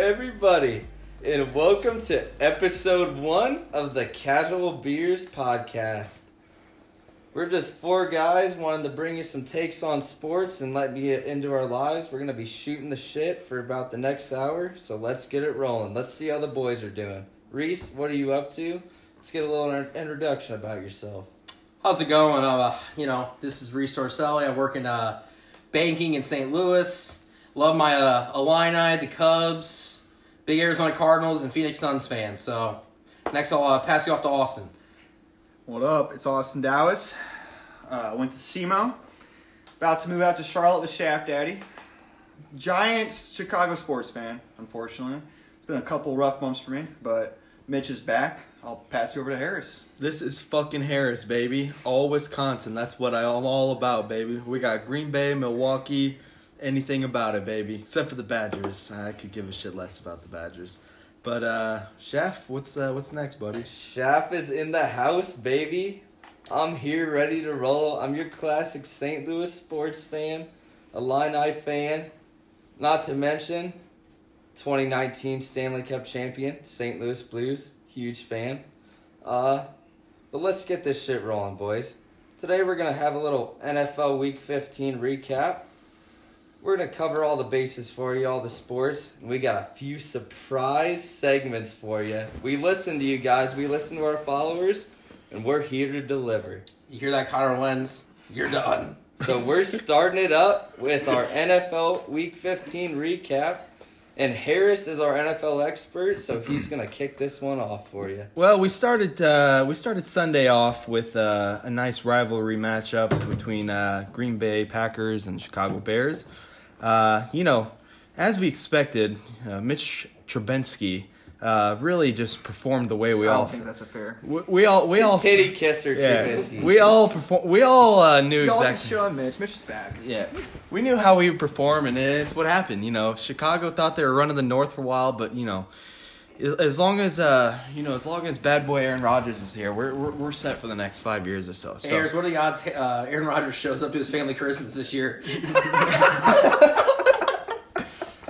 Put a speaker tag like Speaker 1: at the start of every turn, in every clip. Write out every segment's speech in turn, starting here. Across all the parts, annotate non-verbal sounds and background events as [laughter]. Speaker 1: everybody, and welcome to episode one of the Casual Beers Podcast. We're just four guys wanting to bring you some takes on sports and letting you into our lives. We're going to be shooting the shit for about the next hour, so let's get it rolling. Let's see how the boys are doing. Reese, what are you up to? Let's get a little in- introduction about yourself.
Speaker 2: How's it going? Uh, you know, this is Reese Torselli. I work in uh, banking in St. Louis. Love my uh, Illini, the Cubs, big Arizona Cardinals, and Phoenix Suns fan. So next, I'll uh, pass you off to Austin.
Speaker 3: What up? It's Austin Dowis. Uh, went to SEMO. About to move out to Charlotte with Shaft Daddy. Giant Chicago sports fan, unfortunately. It's been a couple rough months for me, but Mitch is back. I'll pass you over to Harris.
Speaker 4: This is fucking Harris, baby. All Wisconsin. That's what I'm all about, baby. We got Green Bay, Milwaukee, anything about it, baby. Except for the Badgers. I could give a shit less about the Badgers. But uh Chef, what's uh, what's next, buddy?
Speaker 1: Shaft is in the house, baby. I'm here ready to roll. I'm your classic St. Louis sports fan, Illini fan, not to mention 2019 Stanley Cup champion, St. Louis Blues, huge fan. Uh, but let's get this shit rolling, boys. Today we're going to have a little NFL Week 15 recap. We're going to cover all the bases for you, all the sports, and we got a few surprise segments for you. We listen to you guys, we listen to our followers, and we're here to deliver.
Speaker 2: You hear that, Connor Lenz? You're done.
Speaker 4: [laughs]
Speaker 1: So we're starting it up with our NFL Week 15 recap. And Harris is our NFL expert, so he's going to kick this one off for you.
Speaker 4: Well, we started uh, we started Sunday off with uh, a nice rivalry matchup between uh, Green Bay Packers and Chicago Bears. Uh, you know, as we expected, uh, Mitch Trubisky uh, really just performed the way we
Speaker 3: I
Speaker 4: all
Speaker 3: don't think that's a fair.
Speaker 4: we, we all we all
Speaker 1: Titty kisser,
Speaker 4: yeah,
Speaker 1: Trubisky.
Speaker 4: we all perform we all uh, knew
Speaker 3: Y'all can
Speaker 4: exactly
Speaker 3: shit on Mitch. Mitch is back.
Speaker 4: yeah, we knew how we would perform, and it's what happened. You know, Chicago thought they were running the North for a while, but you know, a- as long as uh, you know, as long as bad boy Aaron Rodgers is here, we're we're, we're set for the next five years or so. So
Speaker 2: Hey, Harris, what are the odds uh, Aaron Rodgers shows up to his family Christmas this year?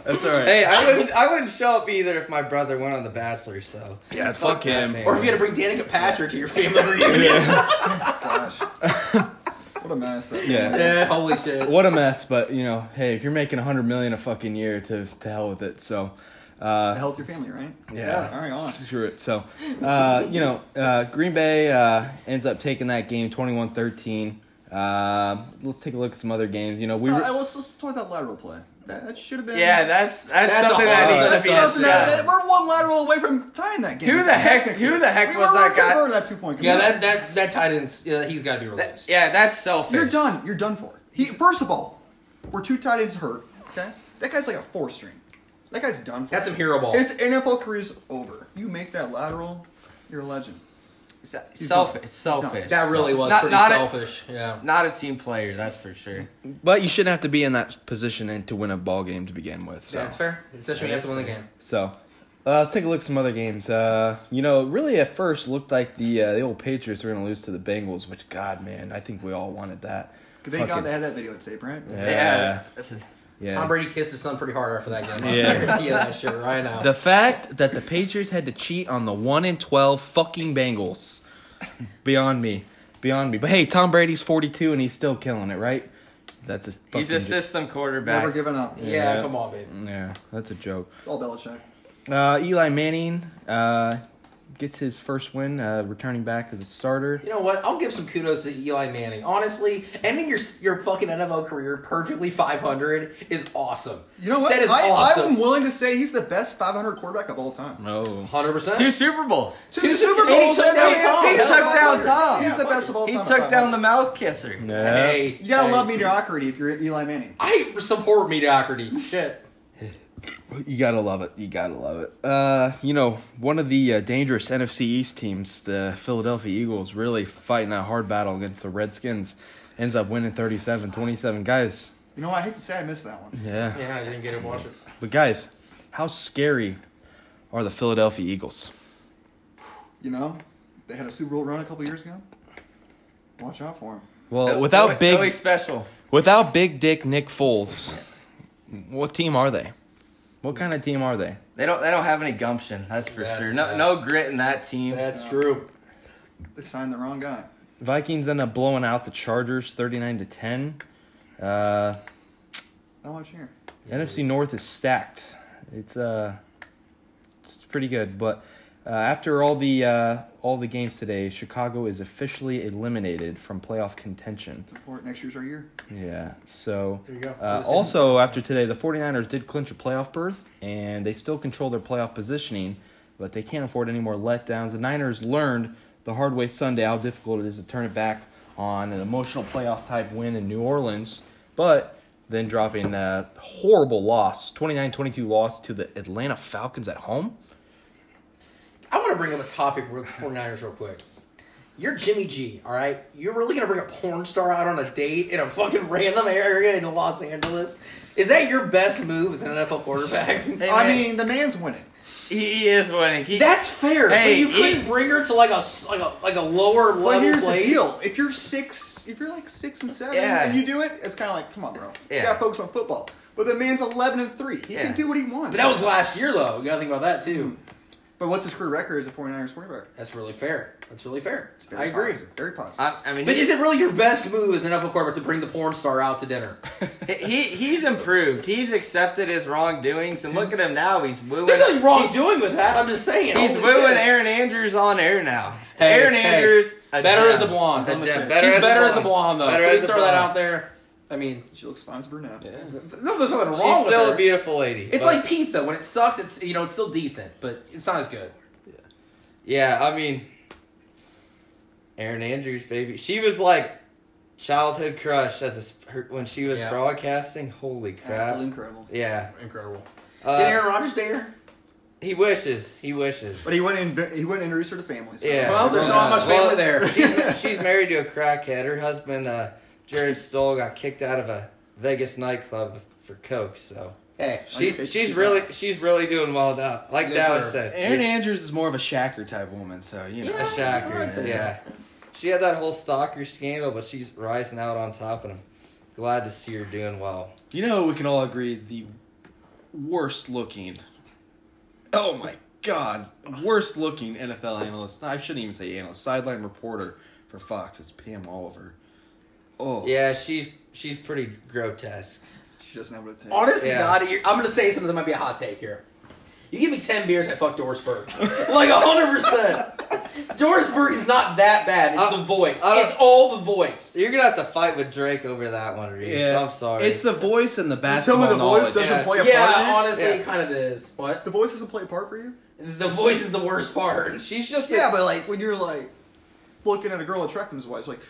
Speaker 4: that's all right.
Speaker 1: Hey, I wouldn't, I wouldn't show up either if my brother went on The Bachelor, so.
Speaker 4: yeah, it's fuck
Speaker 1: that
Speaker 4: him.
Speaker 1: man.
Speaker 2: or if you had to bring Danica Patrick to your family
Speaker 4: [laughs]
Speaker 2: reunion?
Speaker 3: Gosh. what a mess. That
Speaker 4: Yeah.
Speaker 3: man is.
Speaker 2: Yeah, Holy shit.
Speaker 4: What a mess, but you know, hey, if you're making a hundred million a fucking year, to to hell with it. So. Uh,
Speaker 3: The hell with your family, right?
Speaker 4: Yeah.
Speaker 3: All right, on.
Speaker 4: Screw it. So, uh, you know, uh, Green Bay uh, ends up taking that game 21 13. Uh, let's take a look at some other games. You know, we
Speaker 3: so,
Speaker 4: were,
Speaker 3: I was let's talk about that lateral play. That, that should have been.
Speaker 1: Yeah, that's that's,
Speaker 2: That's a
Speaker 1: something that
Speaker 2: hard-
Speaker 1: needs
Speaker 3: That's
Speaker 1: to be
Speaker 3: something
Speaker 1: addressed.
Speaker 3: that, we're one lateral away from tying that game.
Speaker 1: Who the heck- who the heck
Speaker 3: We
Speaker 1: was
Speaker 3: were
Speaker 1: that
Speaker 3: right
Speaker 1: guy?
Speaker 3: over that two point.
Speaker 2: Yeah, that, that, that tight end, yeah, he's got to be
Speaker 1: That-
Speaker 2: released.
Speaker 1: yeah, that's selfish.
Speaker 3: You're done. You're done for. He, first of all, we're two tight ends hurt. Okay, that guy's like a four string. That guy's done for.
Speaker 2: That's some hero ball.
Speaker 3: His NFL career's over. You make that lateral, you're a legend.
Speaker 1: Se- Selfish. Selfish.
Speaker 2: That really was
Speaker 1: Not-
Speaker 2: pretty
Speaker 1: not a-
Speaker 2: selfish. yeah.
Speaker 1: Not a team player, that's for sure.
Speaker 4: but you shouldn't have to be in that position and to win a ball game to begin with. So,
Speaker 2: That's fair. Especially when you have to win the game.
Speaker 4: so uh, let's take a look at some other games. Uh, you know, really at first looked like the uh, the old Patriots were going to lose to the Bengals, which God, man, I think we all wanted that.
Speaker 3: They
Speaker 4: Fucking-
Speaker 3: got they had that videotape, right?
Speaker 4: Yeah.
Speaker 1: Yeah. that's a-
Speaker 4: yeah.
Speaker 2: Tom Brady kissed his son pretty hard after that game. I
Speaker 4: Yeah.
Speaker 2: guarantee you that shit
Speaker 4: [laughs]
Speaker 2: right now.
Speaker 4: The fact that the Patriots had to cheat on the one in twelve fucking Bengals, beyond me, beyond me. But hey, Tom Brady's forty two and he's still killing it, right? That's a fucking
Speaker 1: He's a
Speaker 4: jo-
Speaker 1: system
Speaker 3: Never
Speaker 1: quarterback.
Speaker 3: giving up.
Speaker 2: yeah,
Speaker 4: Yeah.
Speaker 2: come on, babe.
Speaker 4: yeah, that's a joke.
Speaker 3: It's all Belichick.
Speaker 4: Uh, Eli Manning uh, gets his first win, uh, returning back as a starter.
Speaker 2: You know what? I'll give some kudos to Eli Manning. Honestly, ending your your fucking NFL career perfectly 500 is awesome.
Speaker 3: You know what?
Speaker 2: That is
Speaker 3: I,
Speaker 2: awesome.
Speaker 3: I'm willing to say he's the best 500 quarterback of all time.
Speaker 4: Oh,
Speaker 2: 100%.
Speaker 1: Two Super Bowls.
Speaker 3: Two,
Speaker 2: Two-
Speaker 3: Super
Speaker 2: and he
Speaker 3: Bowls.
Speaker 2: took
Speaker 3: and
Speaker 2: down
Speaker 3: he-
Speaker 2: Tom.
Speaker 3: he
Speaker 2: He
Speaker 3: took
Speaker 2: took
Speaker 1: down
Speaker 3: 500.
Speaker 1: Tom.
Speaker 3: He's the best of all
Speaker 1: He
Speaker 3: time.
Speaker 1: took
Speaker 3: at
Speaker 1: down the
Speaker 3: 500.
Speaker 1: mouth kisser.
Speaker 2: Hey,
Speaker 3: You gotta
Speaker 2: hey.
Speaker 3: love mediocrity if you're Eli Manning.
Speaker 2: I
Speaker 3: [laughs]
Speaker 2: support mediocrity. Shit.
Speaker 4: you gotta love it. You gotta love it. Uh, you know, one of the uh, dangerous NFC East teams, the Philadelphia Eagles, really fighting that hard battle against the Redskins. Ends up winning 37-27. Guys,
Speaker 3: You know, what? I hate to say I missed that one.
Speaker 4: yeah.
Speaker 2: Yeah, I didn't get to watch it.
Speaker 4: But guys, how scary are the Philadelphia Eagles?
Speaker 3: You know, they had a Super Bowl run a couple years ago. Watch out for him.
Speaker 4: Well, without
Speaker 1: Really-
Speaker 4: big
Speaker 1: really special.
Speaker 4: without big dick Nick Foles, what team are they? What kind of team are they?
Speaker 1: They don't. They don't have any gumption. That's for
Speaker 2: That's
Speaker 1: sure. No,
Speaker 2: facts.
Speaker 1: no grit in that team.
Speaker 2: That's true.
Speaker 3: They signed the wrong guy.
Speaker 4: Vikings end up blowing out the Chargers 39 to 10. Uh,
Speaker 3: Not much here.
Speaker 4: NFC North is stacked. It's uh, it's pretty good, but uh, after all the uh, all the games today, Chicago is officially eliminated from playoff contention.
Speaker 3: Support next year's our year.
Speaker 4: Yeah. So
Speaker 2: There you go.
Speaker 4: uh,
Speaker 2: So the
Speaker 4: also after today, the 49ers did clinch a playoff berth and they still control their playoff positioning, but they can't afford any more letdowns. The Niners learned the hard way Sunday how difficult it is to turn it back on an emotional playoff type win in New Orleans, but then dropping a horrible loss, 29-22 loss to the Atlanta Falcons at home.
Speaker 2: I want to bring up a topic with the 49ers real quick. You're Jimmy G, all right? You're really going to bring a porn star out on a date in a fucking random area in Los Angeles? Is that your best move as an NFL quarterback? [laughs]
Speaker 1: Hey,
Speaker 3: I
Speaker 1: man,
Speaker 3: mean, the man's winning.
Speaker 1: he, he is winning. He,
Speaker 2: That's fair, but
Speaker 1: Hey,
Speaker 2: you couldn't
Speaker 1: it-
Speaker 2: bring her to like a s- like a like a lower level
Speaker 3: But here's
Speaker 2: place.
Speaker 3: the deal: if you're six, if you're like six and seven,
Speaker 1: Yeah.
Speaker 3: and you do it, it's kind of like, come on, bro. You
Speaker 1: Yeah.
Speaker 3: gotta focus on football. But the man's eleven and three. He
Speaker 1: Yeah.
Speaker 3: can do what he wants.
Speaker 2: But that was last year, though. You got to think about that too.
Speaker 3: But what's his career record as a 49ers quarterback?
Speaker 2: That's really fair. That's really fair.
Speaker 3: It's
Speaker 2: I
Speaker 3: very
Speaker 2: agree.
Speaker 3: positive, Very positive.
Speaker 1: I, I mean,
Speaker 2: But
Speaker 1: he-
Speaker 2: is it really your best move as an NFL quarterback to bring the porn star out to [laughs] dinner?
Speaker 1: he, he he's improved. He's accepted his wrongdoings, and look at him now. He's wooing.
Speaker 2: There's nothing wrong doing with that. I'm just saying.
Speaker 1: He's
Speaker 2: Holy
Speaker 1: wooing
Speaker 2: shit.
Speaker 1: Aaron Andrews on air now.
Speaker 2: Hey,
Speaker 1: Aaron
Speaker 2: hey,
Speaker 1: Andrews,
Speaker 2: better
Speaker 1: gem.
Speaker 2: as a blonde.
Speaker 1: A
Speaker 2: I'm
Speaker 1: gem.
Speaker 2: a
Speaker 3: fan.
Speaker 1: Better
Speaker 2: She's
Speaker 1: as
Speaker 2: better
Speaker 1: a
Speaker 2: as a blonde, though.
Speaker 1: Better
Speaker 2: Please
Speaker 1: as a
Speaker 2: throw that
Speaker 1: blonde.
Speaker 2: out there. I mean,
Speaker 3: she looks fine as a brunette.
Speaker 2: no, there's nothing wrong
Speaker 1: She's
Speaker 2: with
Speaker 1: still
Speaker 2: her.
Speaker 1: a beautiful lady.
Speaker 2: it's
Speaker 1: but-
Speaker 2: like pizza. When it sucks, it's you know it's still decent, but it's not as good.
Speaker 1: Yeah, I mean, Erin Andrews, baby. She was like childhood crush as a, sp- her, when she was
Speaker 2: Yeah.
Speaker 1: broadcasting. Holy crap!
Speaker 3: Absolutely incredible.
Speaker 1: Yeah,
Speaker 2: Incredible. Did
Speaker 1: uh,
Speaker 2: Aaron Rodgers date her?
Speaker 1: he wishes. He wishes.
Speaker 3: But he wouldn't. Inv- he wouldn't introduce her to family. So.
Speaker 1: Yeah.
Speaker 2: Well, there's not much family
Speaker 1: Well,
Speaker 2: there.
Speaker 1: She's, she's married to a crackhead. Her husband, uh, Jared Stoll, got kicked out of a Vegas nightclub with, for coke. So
Speaker 2: Hey,
Speaker 1: she,
Speaker 3: Okay,
Speaker 1: she's
Speaker 3: she-
Speaker 1: really she's really doing well now. Like
Speaker 2: Good for
Speaker 1: Dallas
Speaker 2: her.
Speaker 1: said,
Speaker 4: Aaron Andrews is more of a Shacker type woman, so you know.
Speaker 1: a
Speaker 2: I'd say
Speaker 1: shacker.
Speaker 2: so.
Speaker 1: Yeah, she had that whole stalker scandal, but she's rising out on top, and I'm glad to see her doing well.
Speaker 4: You know, we can all agree is the worst looking. Oh my god, worst looking NFL analyst. I shouldn't even say analyst. Sideline reporter for Fox is Pam Oliver. Oh
Speaker 1: Yeah, she's she's pretty grotesque.
Speaker 3: She doesn't have what it takes.
Speaker 2: Honestly,
Speaker 1: Yeah.
Speaker 2: God, you're- I'm gonna say something that might be a hot take here. You give me ten beers, I fuck Dorisberg. [laughs] like hundred percent. Dorisberg is not that bad. It's
Speaker 1: I-
Speaker 2: the voice.
Speaker 1: I don't-
Speaker 2: It's all the voice.
Speaker 1: You're gonna have to fight with Drake over that one, Reeves. I'm sorry.
Speaker 4: It's the voice and the
Speaker 3: Tell
Speaker 4: basketball
Speaker 3: me the voice
Speaker 4: knowledge.
Speaker 3: doesn't
Speaker 1: Yeah.
Speaker 3: play a part. in
Speaker 2: Yeah,
Speaker 3: it?
Speaker 2: honestly,
Speaker 1: Yeah.
Speaker 2: it kind of is. What?
Speaker 3: The voice doesn't play a part for you.
Speaker 2: The voice is the worst part.
Speaker 1: she's just
Speaker 3: Yeah, but like when you're like looking at a girl attracting his wife, it's like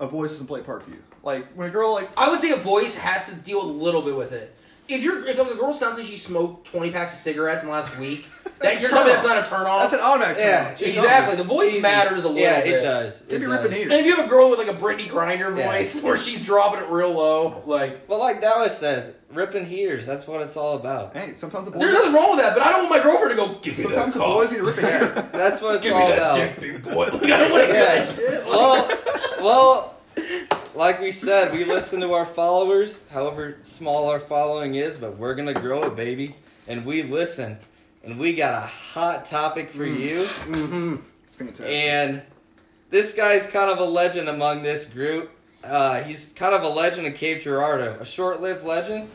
Speaker 3: a voice doesn't play a part for you. Like when a girl like
Speaker 2: I would say a voice has to deal a little bit with it. If you're if a girl sounds like she smoked twenty packs of cigarettes in the last week,
Speaker 3: That's
Speaker 2: that,
Speaker 3: a
Speaker 2: you're telling me
Speaker 3: turn
Speaker 2: that's not a turn off.
Speaker 3: that's an automatic.
Speaker 1: yeah,
Speaker 3: turn-off.
Speaker 2: She's exactly. The voice
Speaker 1: Easy.
Speaker 2: matters a little
Speaker 1: Yeah,
Speaker 2: bit.
Speaker 1: it does.
Speaker 3: They'd
Speaker 1: It
Speaker 3: be
Speaker 1: does.
Speaker 3: ripping haters.
Speaker 2: and if you have a girl with like a Brittany Grinder
Speaker 1: Yeah.
Speaker 2: voice where she's dropping it real low, like
Speaker 1: But like Dallas says, ripping heaters. That's what it's all
Speaker 2: [laughs]
Speaker 1: about.
Speaker 3: Hey, sometimes the
Speaker 2: There's
Speaker 3: boys.
Speaker 2: nothing wrong with that, but I don't want my girlfriend to go. Give me that
Speaker 3: Sometimes the
Speaker 2: cock.
Speaker 3: boys Oh, need to rip
Speaker 1: [laughs]
Speaker 3: a hair.
Speaker 1: That's what it's
Speaker 2: Give me
Speaker 1: all
Speaker 2: that
Speaker 1: about.
Speaker 2: dick, big boy. [laughs] Like, I don't want to hear [laughs]
Speaker 1: Yeah.
Speaker 2: that shit.
Speaker 1: Well, well, like we said, we listen to our followers, however small our following is, but we're gonna grow it, baby. And we listen, and we got a hot topic for
Speaker 2: Mm.
Speaker 1: you.
Speaker 3: It's fantastic.
Speaker 1: And this guy's kind of a legend among this group. Uh, he's kind of a legend in Cape Girardeau, a short-lived legend.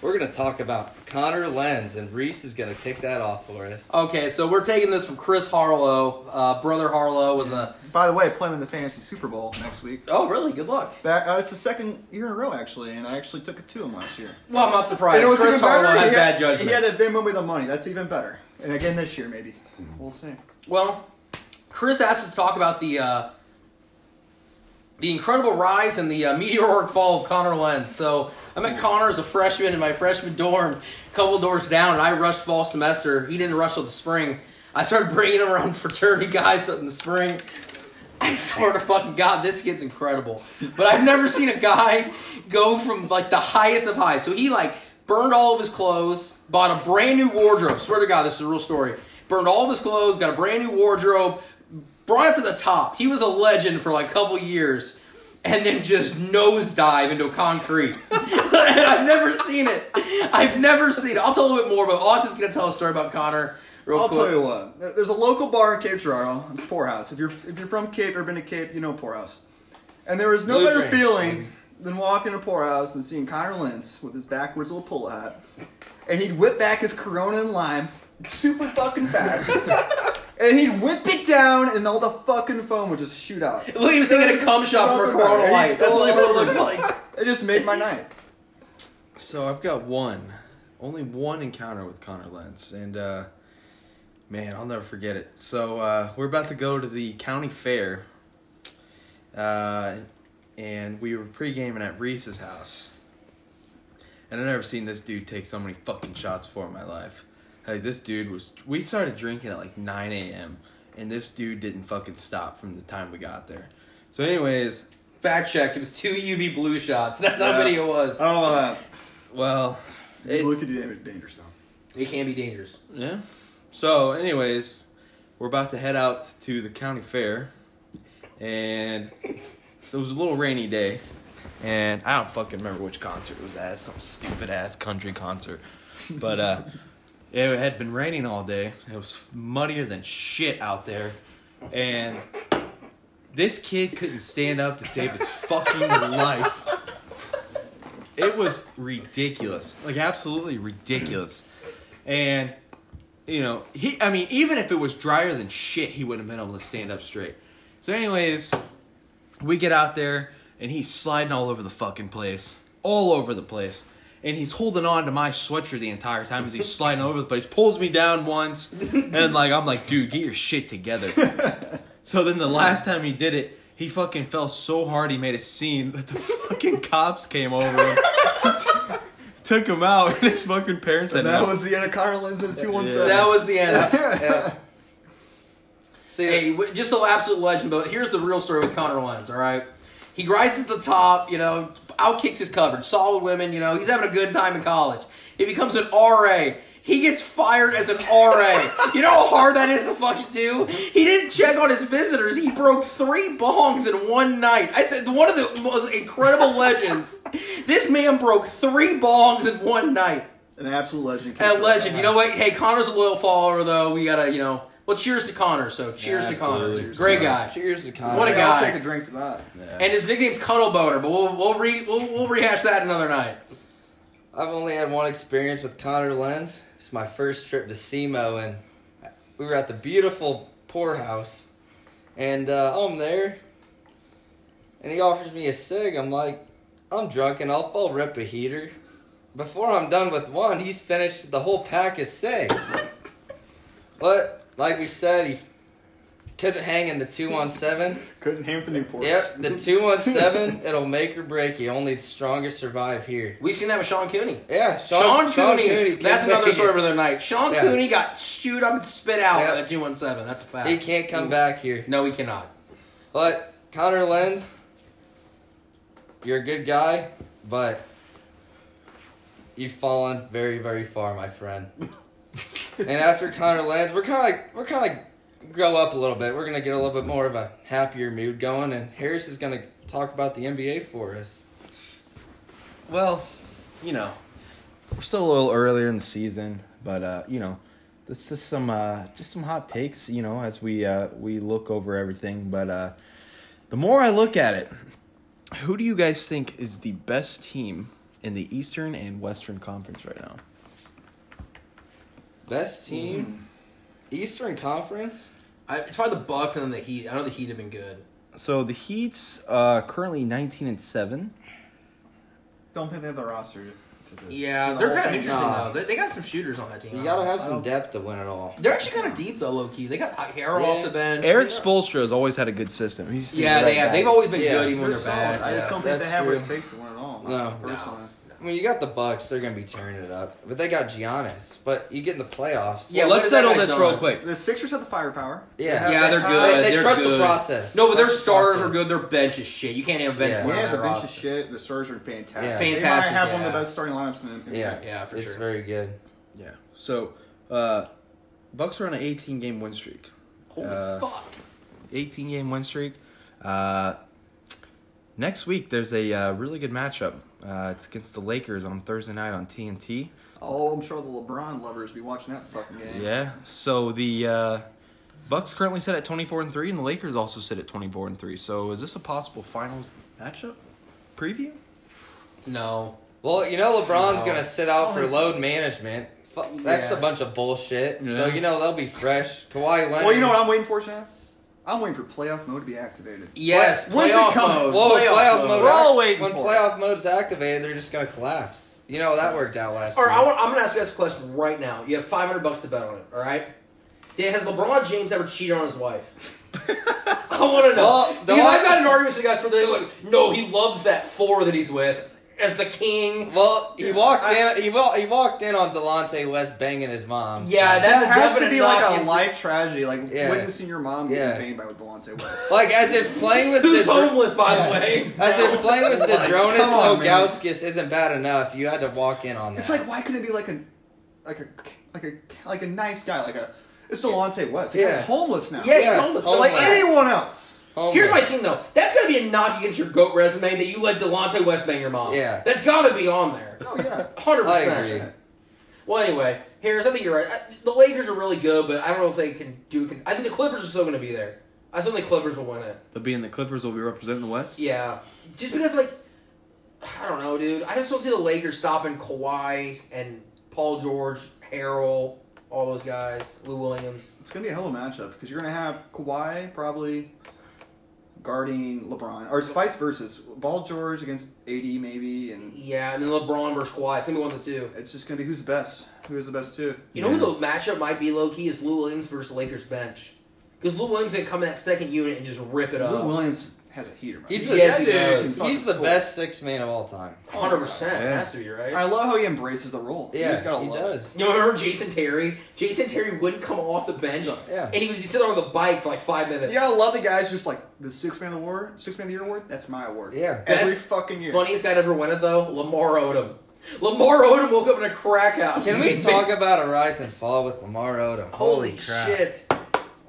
Speaker 1: We're gonna talk about Connor Lenz, and Reese is gonna kick that off for us.
Speaker 2: Okay, so we're taking this from Chris Harlow. Uh, Brother Harlow was a.
Speaker 3: By the way, playing in the fantasy Super Bowl next week.
Speaker 2: Oh, really? Good luck.
Speaker 3: Back, uh, it's the second year in a row actually, and I actually took it to him last year.
Speaker 2: Well, I'm not surprised.
Speaker 3: You know what's
Speaker 2: Chris
Speaker 3: even
Speaker 2: Harlow
Speaker 3: better?
Speaker 2: has
Speaker 3: He had-
Speaker 2: bad judgment.
Speaker 3: He had a Venmo me the money. That's even better. And again this year, maybe. We'll see.
Speaker 2: Well, Chris asked us to talk about the uh, the incredible rise and the uh, meteoric fall of Connor Lenz. So I met Connor as a freshman in my freshman dorm, a couple doors down, and I rushed fall semester. He didn't rush till the spring. I started bringing him around [laughs] fraternity guys in the spring. I swear to fucking God, this kid's incredible. But I've never seen a guy go from like the highest of highs. So he like burned all of his clothes, bought a brand new wardrobe. Swear to God, this is a real story. Burned all of his clothes, got a brand new wardrobe, brought it to the top. He was a legend for like a couple years. and then just nosedive into concrete. [laughs] I've never seen it. I've never seen it. I'll tell a little bit more, but Austin's gonna tell a story about Connor real
Speaker 3: I'll
Speaker 2: quick.
Speaker 3: tell you what. There- There's a local bar in Cape Girardeau. It's Poorhouse. If you're if you're from Cape or been to Cape, you know Poorhouse. And there was no
Speaker 1: Blue
Speaker 3: better
Speaker 1: Ranch.
Speaker 3: feeling than walking to Poorhouse and seeing Connor Lentz with his backwards little pull hat, and he'd whip back his Corona and lime super fucking fast, and he'd whip it down, and all the fucking foam would just shoot out.
Speaker 2: Look, he was thinking a cum shop for Corona Light. That's what it looks like.
Speaker 3: It just made my night.
Speaker 4: So I've got one, only one encounter with Connor Lentz, and uh, man, I'll never forget it. So uh, we're about to go to the county fair, uh, and we were pre-gaming at Reese's house, and I've never seen this dude take so many fucking shots before in my life. Like this dude was, we started drinking at like nine a.m., and this dude didn't fucking stop from the time we got there. So, anyways,
Speaker 2: Fact check. It was two UV blue shots. That's how
Speaker 3: Yeah.
Speaker 2: many it was.
Speaker 3: I don't know about
Speaker 4: well,
Speaker 3: that.
Speaker 4: it's-
Speaker 3: Look at you, dangerous now.
Speaker 2: It can be dangerous.
Speaker 4: Yeah. So, anyways, we're about to head out to the county fair, and so it was a little rainy day, and I don't fucking remember which concert it was at. Some stupid ass country concert, but uh, it had been raining all day. It was muddier than shit out there, and this kid couldn't stand up to save his fucking life. It was ridiculous, like absolutely ridiculous, and you know, he, I mean, even if it was drier than shit, he wouldn't have been able to stand up straight. So, anyways, we get out there and he's sliding all over the fucking place, all over the place. And he's holding on to my sweatshirt the entire time
Speaker 3: [laughs]
Speaker 4: as he's sliding all over the place. Pulls me down once, and like I'm like, dude, get your shit
Speaker 3: [laughs]
Speaker 4: together. so then the last time he did it, he fucking fell so hard he made a scene that the fucking cops came over, him, [laughs] took him out, and his fucking parents had
Speaker 3: And that
Speaker 4: no-
Speaker 3: was the end of Connor Lentz in two one seven.
Speaker 2: That was the end.
Speaker 1: Yeah.
Speaker 2: See, hey, w- just so absolute legend, but here's the real story with Connor Lenz, all right? He rises to the top, you know, outkicks his coverage, solid women, you know, he's having a good time in college. He becomes an RA. He gets fired as an RA. you know how hard that is to fucking do? He didn't check on his visitors. He broke three bongs in one night. I said one of the most incredible legends. This man broke three bongs in one night.
Speaker 3: an absolute legend.
Speaker 2: A legend. You know what? Hey, Connor's a loyal follower, though. We gotta, you know. Well, cheers to Connor. So, cheers to
Speaker 4: absolutely.
Speaker 2: Connor. Great guy.
Speaker 1: Cheers to Connor.
Speaker 2: What a
Speaker 3: Yeah, I'll
Speaker 2: guy.
Speaker 3: take a drink to that.
Speaker 2: And his nickname's Cuddleboner, but we'll we'll re we'll, we'll rehash that another night.
Speaker 1: I've only had one experience with Connor Lenz. It's my first trip to SEMO, and we were at the beautiful poorhouse. And uh, I'm there, and he offers me a cig. I'm like, I'm drunk, and I'll, I'll rip a heater. Before I'm done with one, he's finished the whole pack of cigs. but, like we said, he couldn't hang in the 217.
Speaker 3: Couldn't ham for Newport.
Speaker 1: Yep, the 217, it'll make or break you. Only the strongest survive here.
Speaker 2: We've seen that with Sean Cooney.
Speaker 1: Yeah,
Speaker 2: Sean, Cooney.
Speaker 1: can
Speaker 2: that's
Speaker 1: make
Speaker 2: another
Speaker 1: it.
Speaker 2: story for another night. Sean
Speaker 1: Yeah.
Speaker 2: Cooney got chewed up and spit out by
Speaker 1: Yeah.
Speaker 2: the two one seven. That's a fact.
Speaker 1: He can't come back here.
Speaker 2: No, he cannot.
Speaker 1: But Connor Lenz, you're a good guy, but you've fallen very, very far, my
Speaker 2: [laughs]
Speaker 1: friend. and after Connor Lenz, we're kind of we're kind of grow up a little bit. We're gonna get a little bit more of a happier mood going, and Harris is gonna talk about the NBA for us.
Speaker 4: Well, you know, we're still a little earlier in the season, but uh, you know, this is some uh, just some hot takes. You know, as we uh, we look over everything, but uh, the more I look at it, who do you guys think is the best team in the Eastern and Western Conference right now?
Speaker 1: Best
Speaker 3: Mm.
Speaker 2: Mm-hmm.
Speaker 1: team, Eastern Conference.
Speaker 2: I, it's probably the Bucks and then the Heat. I know the Heat have been good.
Speaker 4: So the Heat's uh, currently nineteen and seven.
Speaker 3: Don't think they have the roster. To do.
Speaker 2: Yeah, they're kind of interesting
Speaker 1: nah.
Speaker 2: though. They, they got some shooters on that team.
Speaker 1: You gotta have
Speaker 3: I
Speaker 1: some
Speaker 3: don't-
Speaker 1: depth to win it all.
Speaker 2: They're actually kind of deep though, low key. They got Harrell
Speaker 1: Yeah.
Speaker 2: off the bench.
Speaker 4: Eric
Speaker 2: Yeah.
Speaker 4: Spoelstra has always had a good system. He's
Speaker 2: Yeah, they have. They've always been
Speaker 1: Yeah.
Speaker 2: good even when
Speaker 3: They're
Speaker 2: they're
Speaker 3: solid.
Speaker 2: bad.
Speaker 3: I
Speaker 2: Yeah.
Speaker 3: just don't think they
Speaker 1: that's
Speaker 3: have what it
Speaker 1: true.
Speaker 3: takes to win at all.
Speaker 1: No.
Speaker 3: personally.
Speaker 1: I mean, you got the Bucks; they're gonna be turning it up. But they got Giannis. But you get in the playoffs.
Speaker 2: Yeah,
Speaker 4: Well, let's
Speaker 2: what has that
Speaker 4: settle
Speaker 2: guy
Speaker 4: this
Speaker 2: done?
Speaker 4: real quick.
Speaker 3: The Sixers have the firepower.
Speaker 1: Yeah.
Speaker 3: have
Speaker 2: Yeah,
Speaker 3: that
Speaker 2: they're
Speaker 3: high-
Speaker 2: good.
Speaker 1: They- they
Speaker 2: They're
Speaker 1: trust the
Speaker 2: good.
Speaker 1: process.
Speaker 2: No, but their
Speaker 3: Trust the
Speaker 2: stars are
Speaker 3: process.
Speaker 2: good. Their bench is shit. You can't have a bench.
Speaker 1: Yeah.
Speaker 2: winner
Speaker 3: Yeah,
Speaker 2: on
Speaker 3: the
Speaker 2: their
Speaker 3: bench is
Speaker 2: roster.
Speaker 3: shit. The Surge are fantastic.
Speaker 1: Yeah.
Speaker 2: Fantastic,
Speaker 3: They might have one of the
Speaker 2: yeah.
Speaker 3: best starting lineups in the NBA.
Speaker 1: Yeah,
Speaker 2: Yeah, for
Speaker 1: it's
Speaker 2: sure.
Speaker 1: very good.
Speaker 4: Yeah. So, uh, Bucks are on an 18 game win streak.
Speaker 2: Holy
Speaker 4: Uh,
Speaker 2: fuck!
Speaker 4: 18 game win streak. Uh, Next week, there's a uh, really good matchup. Uh, it's against the Lakers on Thursday night on TNT.
Speaker 3: Oh, I'm sure the LeBron lovers be watching that fucking game.
Speaker 4: Yeah. So the uh, Bucks currently sit at 24 and 3 and the Lakers also sit at 24 and 3. So is this a possible finals matchup preview?
Speaker 2: No.
Speaker 1: Well, you know LeBron's
Speaker 2: No.
Speaker 1: gonna sit out for
Speaker 3: Oh, he's-
Speaker 1: load management. Fu That's
Speaker 2: Yeah.
Speaker 1: a bunch of bullshit. So
Speaker 4: Yeah.
Speaker 1: you know they'll be fresh. Kawhi Leonard.
Speaker 3: Well, you know what I'm waiting for, Shaq? I'm waiting for playoff mode to be activated.
Speaker 2: Yes,
Speaker 3: When's it
Speaker 2: playoff
Speaker 3: coming?
Speaker 2: mode.
Speaker 1: Whoa, playoff, mode.
Speaker 3: We're
Speaker 1: act-
Speaker 3: all waiting
Speaker 1: When
Speaker 3: for
Speaker 1: playoff mode's activated, they're just gonna collapse. You know that worked out last.
Speaker 2: All right, I
Speaker 1: year.
Speaker 2: want, I'm gonna ask you guys a question right now. You have 500 bucks to bet on it. All right. Did, has LeBron James ever cheated on his [laughs] wife? I want to know.
Speaker 1: Well, the
Speaker 2: because
Speaker 1: one-
Speaker 2: I've got an argument with you guys for this. Like, no, he loves that four that he's with as the king.
Speaker 1: Well, he walked
Speaker 3: I-
Speaker 1: in. He, wa- he walked in on Delonte West banging his mom.
Speaker 2: Yeah,
Speaker 1: So-
Speaker 2: That's
Speaker 3: That has
Speaker 2: definite
Speaker 3: to be like
Speaker 2: knock
Speaker 3: a
Speaker 2: against-
Speaker 3: life tragedy, like
Speaker 1: Yeah.
Speaker 3: witnessing your mom getting
Speaker 1: Yeah.
Speaker 3: banged by with Delonte
Speaker 1: [laughs]
Speaker 3: West.
Speaker 1: like as if playing with
Speaker 2: Who's
Speaker 1: the-
Speaker 2: homeless, by
Speaker 1: Yeah.
Speaker 2: the way?
Speaker 1: As if playing with
Speaker 3: Like,
Speaker 1: Sidronis
Speaker 3: come on, man.
Speaker 1: Ogauskas isn't bad enough, you had to walk in on that.
Speaker 3: It's like why couldn't it be like a like a like a like a nice guy like a it's Delonte West. Like,
Speaker 1: Yeah.
Speaker 3: He's homeless now.
Speaker 2: Yeah, he's
Speaker 1: Yeah,
Speaker 2: homeless.
Speaker 1: homeless.
Speaker 3: like anyone else.
Speaker 1: Homeless.
Speaker 2: Here's my thing though. That's gotta be a knock against your goat resume that you let Delonte West bang your mom.
Speaker 1: Yeah.
Speaker 2: That's gotta be on there.
Speaker 3: Oh yeah.
Speaker 2: Hundred
Speaker 1: I
Speaker 2: percent.
Speaker 1: agree.
Speaker 2: Well, anyway, Harris, I think you're right. I, the Lakers are really good, but I don't know if they can do. Con- I think the Clippers are still going to be there. I still think Clippers will win it.
Speaker 4: They'll be in the Clippers will be representing the West.
Speaker 2: Yeah, just because like I don't know, dude. I just don't see the Lakers stopping Kawhi and Paul George, Harrell, all those guys, Lou Williams.
Speaker 3: It's gonna be a hell of a matchup because you're gonna have Kawhi probably guarding LeBron, or it's vice versa. It's Ball George against AD maybe, and
Speaker 2: Yeah, and then LeBron versus Kawhi. It's gonna be one of the two.
Speaker 3: it's just gonna be who's the best, who is the best too.
Speaker 2: You know who the matchup might be low key is Lou Williams versus the Lakers bench. Because Lou Williams can come in that second unit and just rip it
Speaker 3: Lou
Speaker 2: up.
Speaker 3: Williams has a heater. man.
Speaker 1: um, He's the
Speaker 2: Yeah,
Speaker 3: dude.
Speaker 1: he's the best six man of all time.
Speaker 2: Hundred percent
Speaker 4: Yeah.
Speaker 2: has to be right.
Speaker 3: I love how he embraces the role.
Speaker 1: Yeah,
Speaker 3: he just gotta
Speaker 1: he
Speaker 3: love it.
Speaker 1: does.
Speaker 2: You know, remember Jason Terry? Jason Terry wouldn't come off the bench,
Speaker 1: Yeah.
Speaker 2: and he would just sit on the bike for like five minutes.
Speaker 3: You gotta love the guys just like the six man of the war, six man of the year award. That's my award.
Speaker 1: Yeah.
Speaker 3: every
Speaker 2: Best
Speaker 3: fucking year.
Speaker 2: Funniest guy to ever win it though, Lamar Odom. Lamar Odom woke up in a crack house.
Speaker 1: Can we talk about a rise and fall with Lamar Odom?
Speaker 2: Holy shit!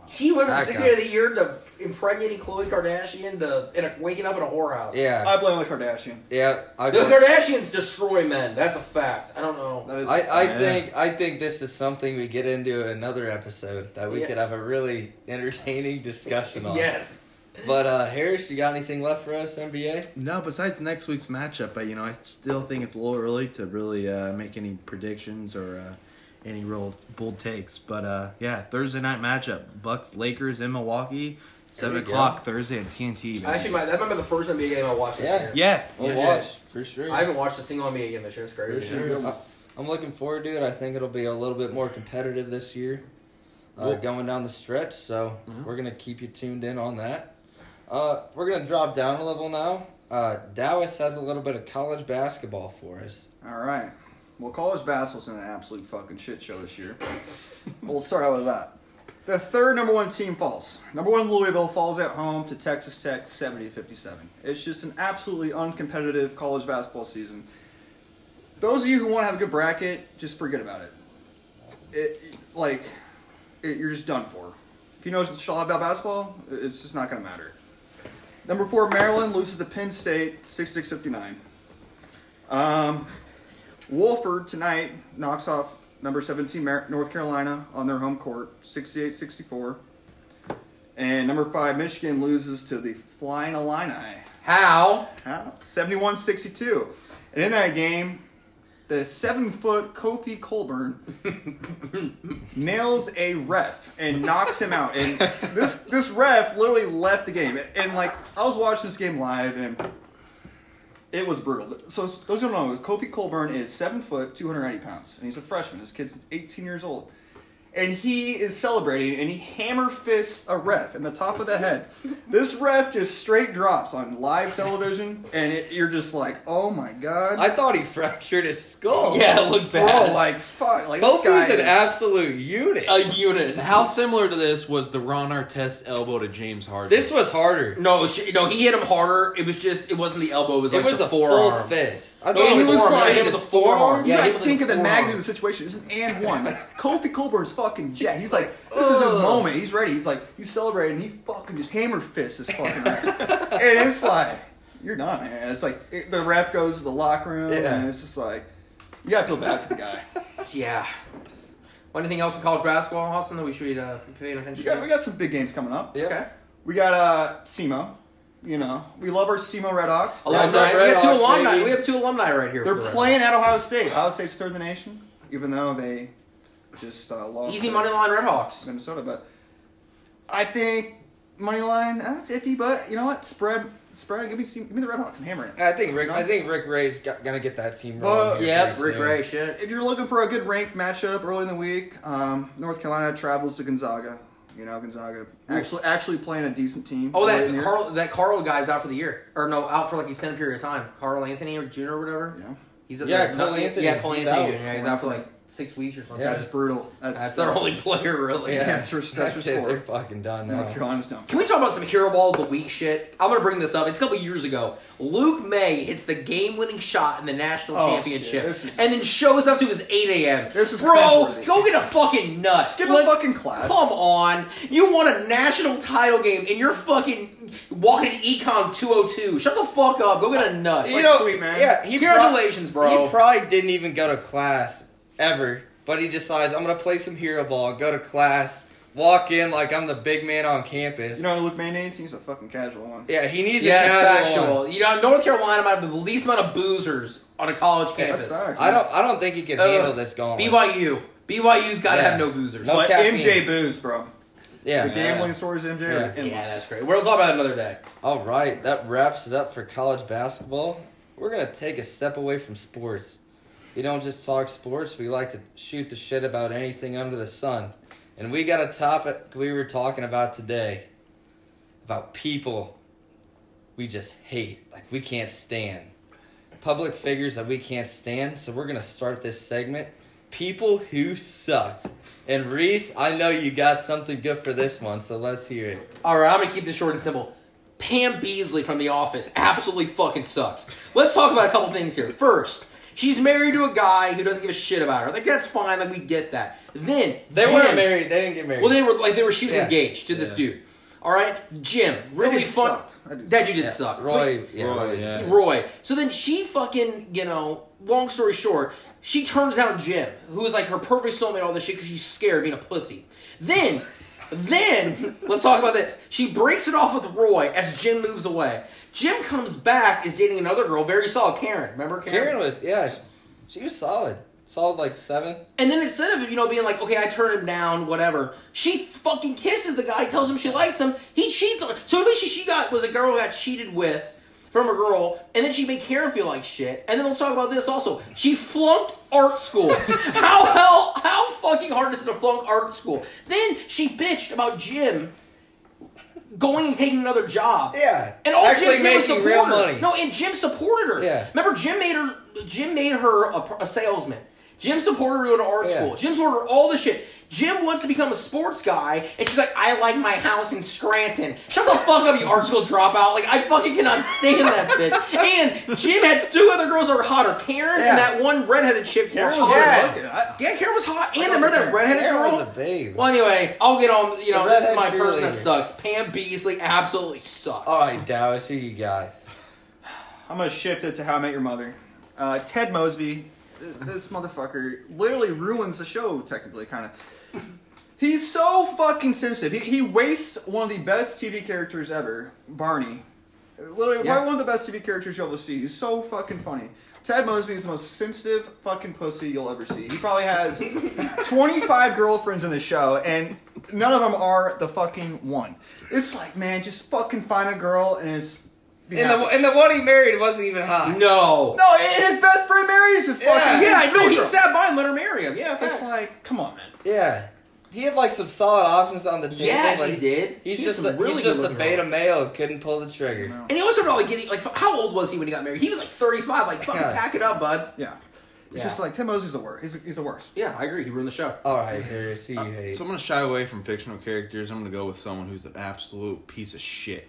Speaker 2: He went from
Speaker 1: That
Speaker 2: six
Speaker 1: guy.
Speaker 2: man of the year to impregnating Khloe Kardashian to in a, waking up in a whorehouse.
Speaker 1: Yeah,
Speaker 3: I blame the Kardashian.
Speaker 1: yeah. I,
Speaker 2: The Kardashians destroy men. That's a fact. I don't know.
Speaker 3: That is.
Speaker 1: I, I
Speaker 4: Yeah.
Speaker 1: think I think this is something we get into another episode that we
Speaker 2: Yeah.
Speaker 1: could have a really entertaining discussion on.
Speaker 2: Yes.
Speaker 1: But uh, Harris, you got anything left for us, NBA?
Speaker 4: No, besides next week's matchup, I, you know, I still think it's a little early to really uh, make any predictions or uh, any real bold takes. But uh, yeah, Thursday night matchup: Bucks Lakers in Milwaukee, seven
Speaker 1: we go.
Speaker 4: o'clock Thursday on TNT. baby.
Speaker 2: Actually, my, that might be the first NBA game I watched this
Speaker 1: Yeah.
Speaker 2: year.
Speaker 4: yeah,
Speaker 5: Oh,
Speaker 1: We'll
Speaker 2: Yeah,
Speaker 1: watch for sure.
Speaker 2: I haven't watched a single NBA game this year. It's
Speaker 1: For
Speaker 2: crazy.
Speaker 1: sure. I- I'm looking forward to it. I think it'll be a little bit more competitive this year, uh,
Speaker 4: Well-
Speaker 1: going down the stretch. So
Speaker 2: Mm-hmm.
Speaker 1: we're gonna keep you tuned in on that. Uh, we're gonna drop down a level now. Uh, Dallas has a little bit of college basketball for us.
Speaker 3: All right. Well, college basketball's in an absolute fucking shit show this year. we'll start out with that. The third number one team falls. Number one Louisville falls at home to Texas Tech 70 57. It's just an absolutely uncompetitive college basketball season. Those of you who want to have a good bracket, just forget about it. It, it- like it, you're just done for. If you know shot about basketball, it- it's just not gonna matter. Number four, Maryland loses to Penn State 66 59. Um, Wolford tonight knocks off number 17 Mar- North Carolina on their home court 68-64. And number 5 Michigan loses to the Flying Illini
Speaker 2: How?
Speaker 3: How? 71-62. And in that game, the 7-foot Kofi Colburn nails a ref and knocks him out. And this this ref literally left the game. And like I was watching this game live and it was brutal. So those who don't know, Kofi Colburn is seven foot, two hundred ninety pounds, and he's a freshman. This kid's eighteen years old, and he is celebrating, and he hammer fists a ref in the top of the head. This ref just straight drops on live television, and it, you're just like, oh my god,
Speaker 1: I thought he [laughs] fractured his skull.
Speaker 2: Yeah, look bad.
Speaker 3: bro, Oh. like fuck, like this
Speaker 1: Kofi's
Speaker 3: guy
Speaker 1: an
Speaker 3: is-
Speaker 1: absolute unit.
Speaker 2: a unit.
Speaker 5: How similar to this was the Ron Artest elbow to James Harden?
Speaker 1: this was harder.
Speaker 2: No, sh- no, he hit him harder. It was just, it wasn't the elbow. It was
Speaker 1: it
Speaker 2: like
Speaker 1: was
Speaker 2: the
Speaker 1: a
Speaker 2: forearm.
Speaker 1: full fist. I
Speaker 3: Oh,
Speaker 2: No,
Speaker 1: thought
Speaker 2: he
Speaker 1: it was
Speaker 2: was
Speaker 1: forearm.
Speaker 2: like-
Speaker 1: Hit
Speaker 2: hit
Speaker 1: him
Speaker 2: with
Speaker 1: with
Speaker 2: the forearm.
Speaker 3: You
Speaker 2: Yeah,
Speaker 3: gotta
Speaker 2: he was
Speaker 3: think of the
Speaker 2: forearm.
Speaker 3: magnitude of the situation. It's an and one. Like Kofi Colburn's fucking jet. He's like, this is his
Speaker 1: Ugh.
Speaker 3: moment. He's ready. He's like, he's celebrating. He fucking just hammer fists his fucking ref. and it's like, you're not, man. It's like it, the ref goes to the locker room,
Speaker 1: Yeah.
Speaker 3: and it's just like you gotta feel bad for the guy.
Speaker 2: Yeah. Well, anything else in college basketball, Austin, that we should be uh, paying
Speaker 3: we,
Speaker 2: attention
Speaker 3: got, we
Speaker 2: to?
Speaker 3: got some big games coming up.
Speaker 1: Yeah.
Speaker 2: Okay.
Speaker 3: We got uh SEMO. You know, we love our SEMO Red Hawks.
Speaker 1: Alumni.
Speaker 2: Alumni. We have two
Speaker 1: Redhawks,
Speaker 2: alumni.
Speaker 1: baby.
Speaker 2: We have two alumni right here.
Speaker 3: They're
Speaker 2: for the Red
Speaker 3: playing at Ohio State. Ohio State's third in the nation, even though they just uh,
Speaker 2: Hawks.
Speaker 3: lost.
Speaker 2: Easy
Speaker 3: to
Speaker 2: money line Red Hawks.
Speaker 3: Minnesota, but I think money line. That's iffy, but you know what? Spread, spread. Give me, Se- give me the Red Hawks and hammer it.
Speaker 1: I think Rick. I think Rick Ray's got, gonna get that team
Speaker 3: Well,
Speaker 1: rolling. here
Speaker 2: Yep.
Speaker 1: pretty
Speaker 2: Rick
Speaker 1: soon.
Speaker 2: Ray. Shit.
Speaker 3: If you're looking for a good ranked matchup early in the week, um, North Carolina travels to Gonzaga. You know, Gonzaga actually actually playing a decent team.
Speaker 2: Oh,
Speaker 3: Right in
Speaker 2: that
Speaker 3: here.
Speaker 2: Carl. That Carl guy's out for the year, or no, out for like extended period of time. Carl Anthony or Jr. or whatever.
Speaker 3: Yeah,
Speaker 2: He's at
Speaker 1: Yeah,
Speaker 2: the,
Speaker 1: Cole Anthony.
Speaker 2: Yeah, Cole
Speaker 1: He's
Speaker 2: Anthony.
Speaker 1: out.
Speaker 2: Jr. Yeah, he's out for like six weeks or something.
Speaker 1: Yeah.
Speaker 3: that's brutal. That's
Speaker 2: That's their only player, really.
Speaker 1: Yeah,
Speaker 3: That's
Speaker 1: that's,
Speaker 3: your- that's your
Speaker 1: it.
Speaker 3: score.
Speaker 1: They're fucking done now.
Speaker 3: North Carolina's down.
Speaker 2: Can we talk about some hero ball of the week shit? I'm gonna bring this up. It's a couple years ago. Luke May hits the game-winning shot in the national
Speaker 3: Oh,
Speaker 2: championship,
Speaker 3: shit. This is-
Speaker 2: and then shows up to his 8 a.m.
Speaker 3: This is
Speaker 2: bro,
Speaker 3: cringeworthy.
Speaker 2: go get a fucking nut.
Speaker 3: Skip a
Speaker 2: Like,
Speaker 3: fucking class.
Speaker 2: Come on, you won a national title game, and you're fucking walking econ 202. Shut the fuck up. Go get a nut.
Speaker 1: You
Speaker 2: Like,
Speaker 1: know,
Speaker 3: sweet, man.
Speaker 1: yeah. He prob-
Speaker 2: Congratulations, bro.
Speaker 1: He probably didn't even go to class ever, but he decides I'm gonna play some hero ball, go to class, walk in like I'm the big man on campus.
Speaker 3: You know, Luke Mayonnaise. He's a fucking casual one.
Speaker 1: yeah, he needs
Speaker 2: yeah,
Speaker 1: a
Speaker 2: it's
Speaker 1: casual.
Speaker 2: factual.
Speaker 1: one.
Speaker 2: You know, North Carolina might have the least amount of boozers on a college
Speaker 3: that's
Speaker 2: campus.
Speaker 3: facts.
Speaker 1: I don't. I don't think he can
Speaker 2: Ugh.
Speaker 1: handle this going.
Speaker 2: BYU. BYU's got to
Speaker 1: Yeah.
Speaker 2: have no boozers.
Speaker 1: No
Speaker 3: But
Speaker 1: caffeine.
Speaker 3: MJ booze, bro.
Speaker 1: Yeah.
Speaker 3: The gambling stories of MJ
Speaker 1: Yeah.
Speaker 3: are
Speaker 1: Yeah,
Speaker 3: endless.
Speaker 2: Yeah, that's great. We'll talk about it another day.
Speaker 1: All right, that wraps it up for college basketball. We're gonna take a step away from sports. We don't just talk sports. We like to shoot the shit about anything under the sun, and we got a topic we were talking about today about people we just hate, like we can't stand. Public figures that we can't stand. So we're gonna start this segment. People who suck. And Reese, I know you got something good for this one, so let's hear it.
Speaker 2: All right, I'm gonna keep this short and simple. Pam Beasley from The Office absolutely fucking sucks. Let's talk about a couple things here. First, she's married to a guy who doesn't give a shit about her. Like that's fine. Like we get that. Then
Speaker 1: They
Speaker 2: Jim-
Speaker 1: weren't married. They didn't get married.
Speaker 2: Well, they were like they were. She was
Speaker 1: Yeah.
Speaker 2: engaged to this dude. All right, Jim, really
Speaker 3: dude
Speaker 2: fun.
Speaker 3: sucked. That dude
Speaker 2: That dude did
Speaker 1: Yeah,
Speaker 2: suck.
Speaker 1: Roy, yeah,
Speaker 5: Roy,
Speaker 1: Roy's-
Speaker 5: yeah.
Speaker 2: Roy. So then she fucking, you know, long story short, she turns down Jim, who is like her perfect soulmate, all this shit, because she's scared of being a pussy. Then, then, [laughs] let's talk about this. She breaks it off with Roy as Jim moves away. Jim comes back, is dating another girl, very solid, Karen. Remember Karen?
Speaker 1: Karen was yeah, sh- she was solid, solid like seven.
Speaker 2: And then instead of, you know, being like, okay, I turn him down, whatever, she fucking kisses the guy, tells him she likes him, he cheats on her. So basically, she got was a girl who got cheated with from a girl, and then she made Karen feel like shit. And then let's talk about this also. She flunked
Speaker 1: [laughs]
Speaker 2: art school. how hell, how fucking hard is it to flunk art school? Then she bitched about Jim going and taking another job.
Speaker 1: Yeah,
Speaker 2: And all
Speaker 1: actually
Speaker 2: Jim did was
Speaker 1: making
Speaker 2: support
Speaker 1: real
Speaker 2: her.
Speaker 1: money.
Speaker 2: No, and Jim supported her.
Speaker 1: Yeah.
Speaker 2: Remember, Jim made her. Jim made her a, pr- a salesman. Jim supported her to go to art
Speaker 1: Yeah.
Speaker 2: school. Jim supported her all the shit. Jim wants to become a sports guy, and she's like, "I like my house in Scranton." Shut the fuck up, you art school dropout! Like, I fucking cannot stand
Speaker 1: [laughs]
Speaker 2: that bitch. And Jim had two other girls that were hotter: Karen
Speaker 1: Yeah.
Speaker 2: and that one redheaded chick.
Speaker 3: Karen
Speaker 2: were
Speaker 3: was
Speaker 2: hot.
Speaker 3: a bucket. I-
Speaker 2: Yeah, Karen was hot, and I remember that redheaded
Speaker 1: Karen
Speaker 2: girl
Speaker 1: was a babe.
Speaker 2: Well, anyway, I'll get on. You know,
Speaker 1: The
Speaker 2: this is
Speaker 1: redhead
Speaker 2: my person
Speaker 1: cheerleader.
Speaker 2: that
Speaker 1: Oh,
Speaker 2: sucks. Pam Beasley absolutely sucks.
Speaker 1: All right, Dallas, who you got?
Speaker 3: I'm gonna shift it to How I Met Your Mother. Uh, Ted Mosby, th- this motherfucker literally ruins the show. Technically, kind of. He's so fucking sensitive. He, he wastes one of the best TV characters ever, Barney. Literally,
Speaker 2: Yeah.
Speaker 3: probably one of the best TV characters you'll ever see. He's so fucking funny. Ted Mosby is the most sensitive fucking pussy you'll ever see. He probably has
Speaker 1: [laughs]
Speaker 3: 25 girlfriends in the show, and none of them are the fucking one. It's like, man, just fucking find a girl and it's. be
Speaker 1: And
Speaker 3: happy.
Speaker 1: the and the one he married wasn't even hot.
Speaker 2: No.
Speaker 3: No, and his best friend marries his fucking
Speaker 2: Yeah,
Speaker 3: his
Speaker 2: no, he
Speaker 3: girl.
Speaker 2: sat by and let her marry him. Yeah,
Speaker 3: It's
Speaker 2: facts.
Speaker 3: like, come on, man.
Speaker 1: Yeah, he had like some solid options on the table.
Speaker 2: Yeah,
Speaker 1: but
Speaker 2: he did.
Speaker 1: He's
Speaker 2: He had
Speaker 1: just
Speaker 2: some
Speaker 1: the,
Speaker 2: really
Speaker 1: he's just the
Speaker 2: good-looking
Speaker 1: beta
Speaker 2: girls.
Speaker 1: male. Couldn't pull the trigger.
Speaker 3: No.
Speaker 2: and he also probably getting like f- how old was he when he got married? He was like thirty five. Like fucking
Speaker 1: Yeah.
Speaker 2: pack it up, bud.
Speaker 3: Yeah, it's
Speaker 2: Yeah.
Speaker 3: just like Tim Mosby's the worst. He's, he's the worst.
Speaker 2: Yeah, I agree. He ruined the show.
Speaker 1: All right, Harris, who you hate?
Speaker 5: So I'm gonna shy away from fictional characters. I'm gonna go with someone who's an absolute piece of shit.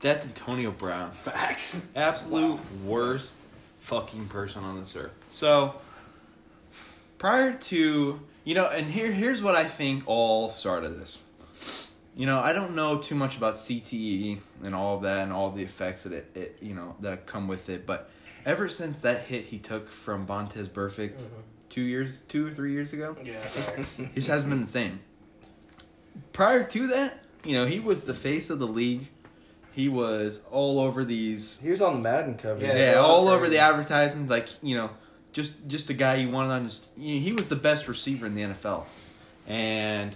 Speaker 5: That's Antonio Brown.
Speaker 2: Facts.
Speaker 5: Absolute worst fucking person on this earth. So prior to you know, and here here's what I think all started this.
Speaker 4: You know, I don't know too much about CTE and all of that and all the effects that it, it you know that come with it, but ever since that hit he took from Vontez Burfict two years, two or three years ago,
Speaker 2: Yeah.
Speaker 4: he just hasn't been the same. Prior to that, you know, he was the face of the league. He was all over these
Speaker 1: He was on the Madden cover.
Speaker 2: Yeah,
Speaker 4: yeah,
Speaker 2: that was
Speaker 4: all over
Speaker 2: crazy.
Speaker 4: the advertisement, like you know, just just a guy you wanted on his. You know, he was the best receiver in the NFL, and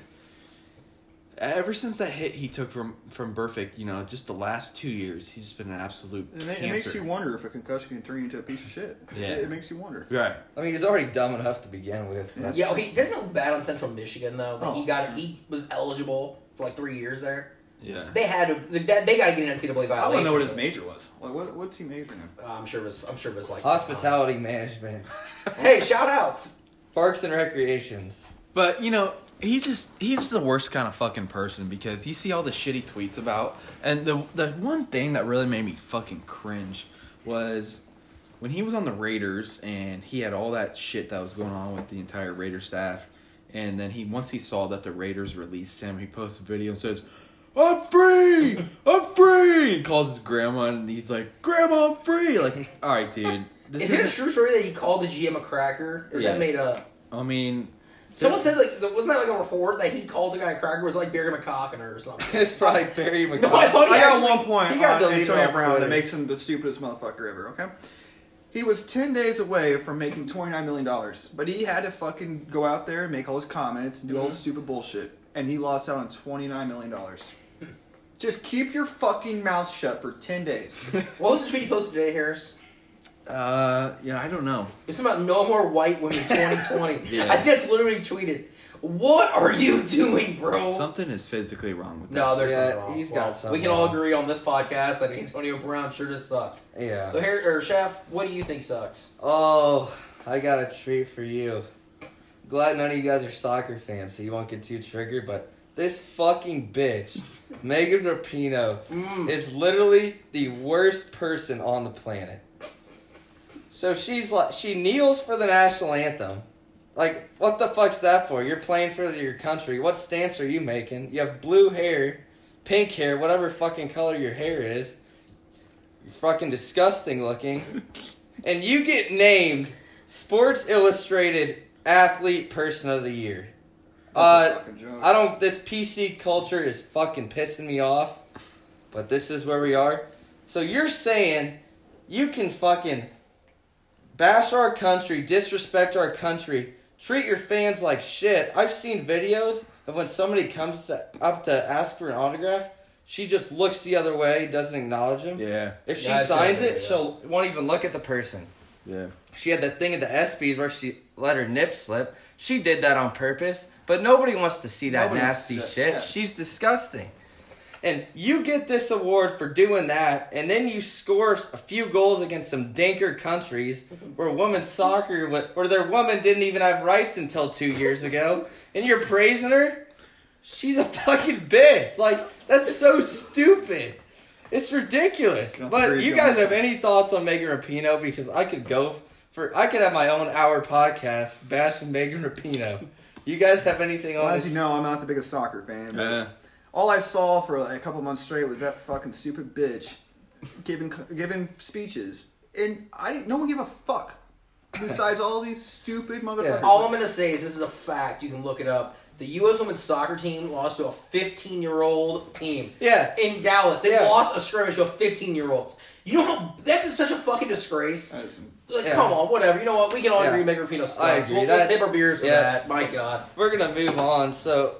Speaker 4: ever since that hit he took from from Burfict, you know, just the last two years, he's been an absolute
Speaker 3: It, ma-
Speaker 4: cancer.
Speaker 3: it makes you wonder if a concussion can turn you into a piece of shit.
Speaker 4: Yeah.
Speaker 3: It, it makes you wonder.
Speaker 4: right.
Speaker 1: I mean, he's already dumb enough to begin with. but-
Speaker 2: Yeah, okay. Doesn't it look bad on Central Michigan though? Like,
Speaker 3: Oh.
Speaker 2: He got he was eligible for like three years there.
Speaker 4: Yeah.
Speaker 2: They had to. They, they got to get an NCAA violation.
Speaker 3: I want to know what his major was. Like, what, what's he majoring in?
Speaker 2: Uh, I'm sure it was. I'm sure it was like uh,
Speaker 1: Hospitality management,
Speaker 2: Hey, shout outs.
Speaker 1: parks and recreations. [laughs]
Speaker 4: But you know, he just he's the worst kind of fucking person because you see all the shit he tweets about, and the the one thing that really made me fucking cringe was when he was on the Raiders and he had all that shit that was going on with the entire Raider staff, and then he once he saw that the Raiders released him, he posts a video and says. I'm free! I'm free! He calls his grandma and he's like, Grandma, I'm free! Like, alright, dude. This
Speaker 2: Is it a
Speaker 4: isn't-
Speaker 2: true story that he called the GM a cracker, or is
Speaker 4: Yeah.
Speaker 2: that made up?
Speaker 4: I mean,
Speaker 2: Someone
Speaker 4: there's-
Speaker 2: said like there- wasn't that like a report that he called the guy a cracker? It Was like Barry McCockiner or something?
Speaker 1: It's probably Barry McCoy.
Speaker 2: [laughs] no, I thought he
Speaker 3: I got
Speaker 2: actually-
Speaker 3: one point.
Speaker 2: He got
Speaker 3: on
Speaker 2: deleted
Speaker 3: Antonio
Speaker 2: off
Speaker 3: Brown
Speaker 2: Twitter.
Speaker 3: that makes him the stupidest motherfucker ever. Okay. He was ten days away from making twenty nine million dollars, but he had to fucking go out there and make all his comments and do
Speaker 2: Mhm.
Speaker 3: all his stupid bullshit, and he lost out on twenty nine million dollars. Just keep your fucking mouth shut for ten
Speaker 2: [laughs]
Speaker 3: days.
Speaker 2: What was the tweet he posted today, Harris?
Speaker 4: uh, yeah, I don't know.
Speaker 2: It was about no more white [laughs] women 2020.
Speaker 4: Yeah.
Speaker 2: I think that's literally tweeted. What are you doing, bro?
Speaker 4: Something is physically wrong with that.
Speaker 2: no, there's
Speaker 1: Yeah,
Speaker 2: something wrong.
Speaker 1: he's got
Speaker 2: Well, We
Speaker 1: something
Speaker 2: can all
Speaker 1: wrong.
Speaker 2: agree on this podcast that Antonio Brown sure does suck.
Speaker 1: Yeah.
Speaker 2: So, here, or Chef, what do you think sucks?
Speaker 1: Oh, I got a treat for you. Glad none of you guys are soccer fans, so you won't get too triggered, but this fucking bitch, Megan Rapino,
Speaker 2: Mm.
Speaker 1: is literally the worst person on the planet. So she's like, she kneels for the national anthem. Like, what the fuck's that for? You're playing for your country. What stance are you making? You have blue hair, pink hair, whatever fucking color your hair is. You're fucking disgusting looking and you get named Sports Illustrated Athlete Person of the Year.
Speaker 3: That's a
Speaker 1: Uh,
Speaker 3: fucking joke.
Speaker 1: I don't. This PC culture is fucking pissing me off, but this is where we are. So you're saying you can fucking bash our country, disrespect our country, treat your fans like shit. I've seen videos of when somebody comes to, up to ask for an autograph, she just looks the other way, doesn't acknowledge him.
Speaker 4: Yeah,
Speaker 1: If she
Speaker 2: Yeah, I've seen
Speaker 1: signs
Speaker 2: that
Speaker 1: it,
Speaker 2: video.
Speaker 1: she'll won't even look at the person.
Speaker 4: yeah.
Speaker 1: She had that thing at the ESPYS where she let her nip slip. She did that on purpose, but nobody wants to see that
Speaker 3: Nobody wants
Speaker 1: nasty
Speaker 3: to see that,
Speaker 1: shit.
Speaker 3: yeah.
Speaker 1: She's disgusting. And you get this award for doing that, and then you score s- a few goals against some dinker countries where women's soccer, wa- where their woman didn't even have rights until two years ago, and you're praising her? She's a fucking bitch. Like, that's so stupid. It's ridiculous.
Speaker 3: Got
Speaker 1: But
Speaker 3: three
Speaker 1: you guys
Speaker 3: guys.
Speaker 1: have any thoughts on Megan Rapino? Because I could go for I could have my own hour podcast bashing Megan Rapino. You guys have anything on
Speaker 3: As
Speaker 1: this?
Speaker 3: you know, I'm not the biggest soccer fan. But
Speaker 4: Yeah.
Speaker 3: all I saw for a couple months straight was that fucking stupid bitch giving giving speeches, and I didn't. No one gave a fuck. Besides all these
Speaker 1: [laughs]
Speaker 3: stupid motherfuckers.
Speaker 2: All I'm going to say is this is a fact. You can look it up. The U.S. women's soccer team lost to a 15 year old team.
Speaker 1: Yeah.
Speaker 2: In Dallas, they
Speaker 1: Yeah.
Speaker 2: lost a scrimmage to a 15 year old. You know how. That's such a fucking disgrace.
Speaker 3: That is-
Speaker 2: Like,
Speaker 1: Yeah.
Speaker 2: come on, whatever. You know what? We can all
Speaker 1: Yeah.
Speaker 2: agree Megan Rapino sucks.
Speaker 1: I agree.
Speaker 2: We'll, we'll
Speaker 1: That's-
Speaker 2: tip our beers for
Speaker 1: yeah.
Speaker 2: that. My God.
Speaker 1: We're gonna move on. So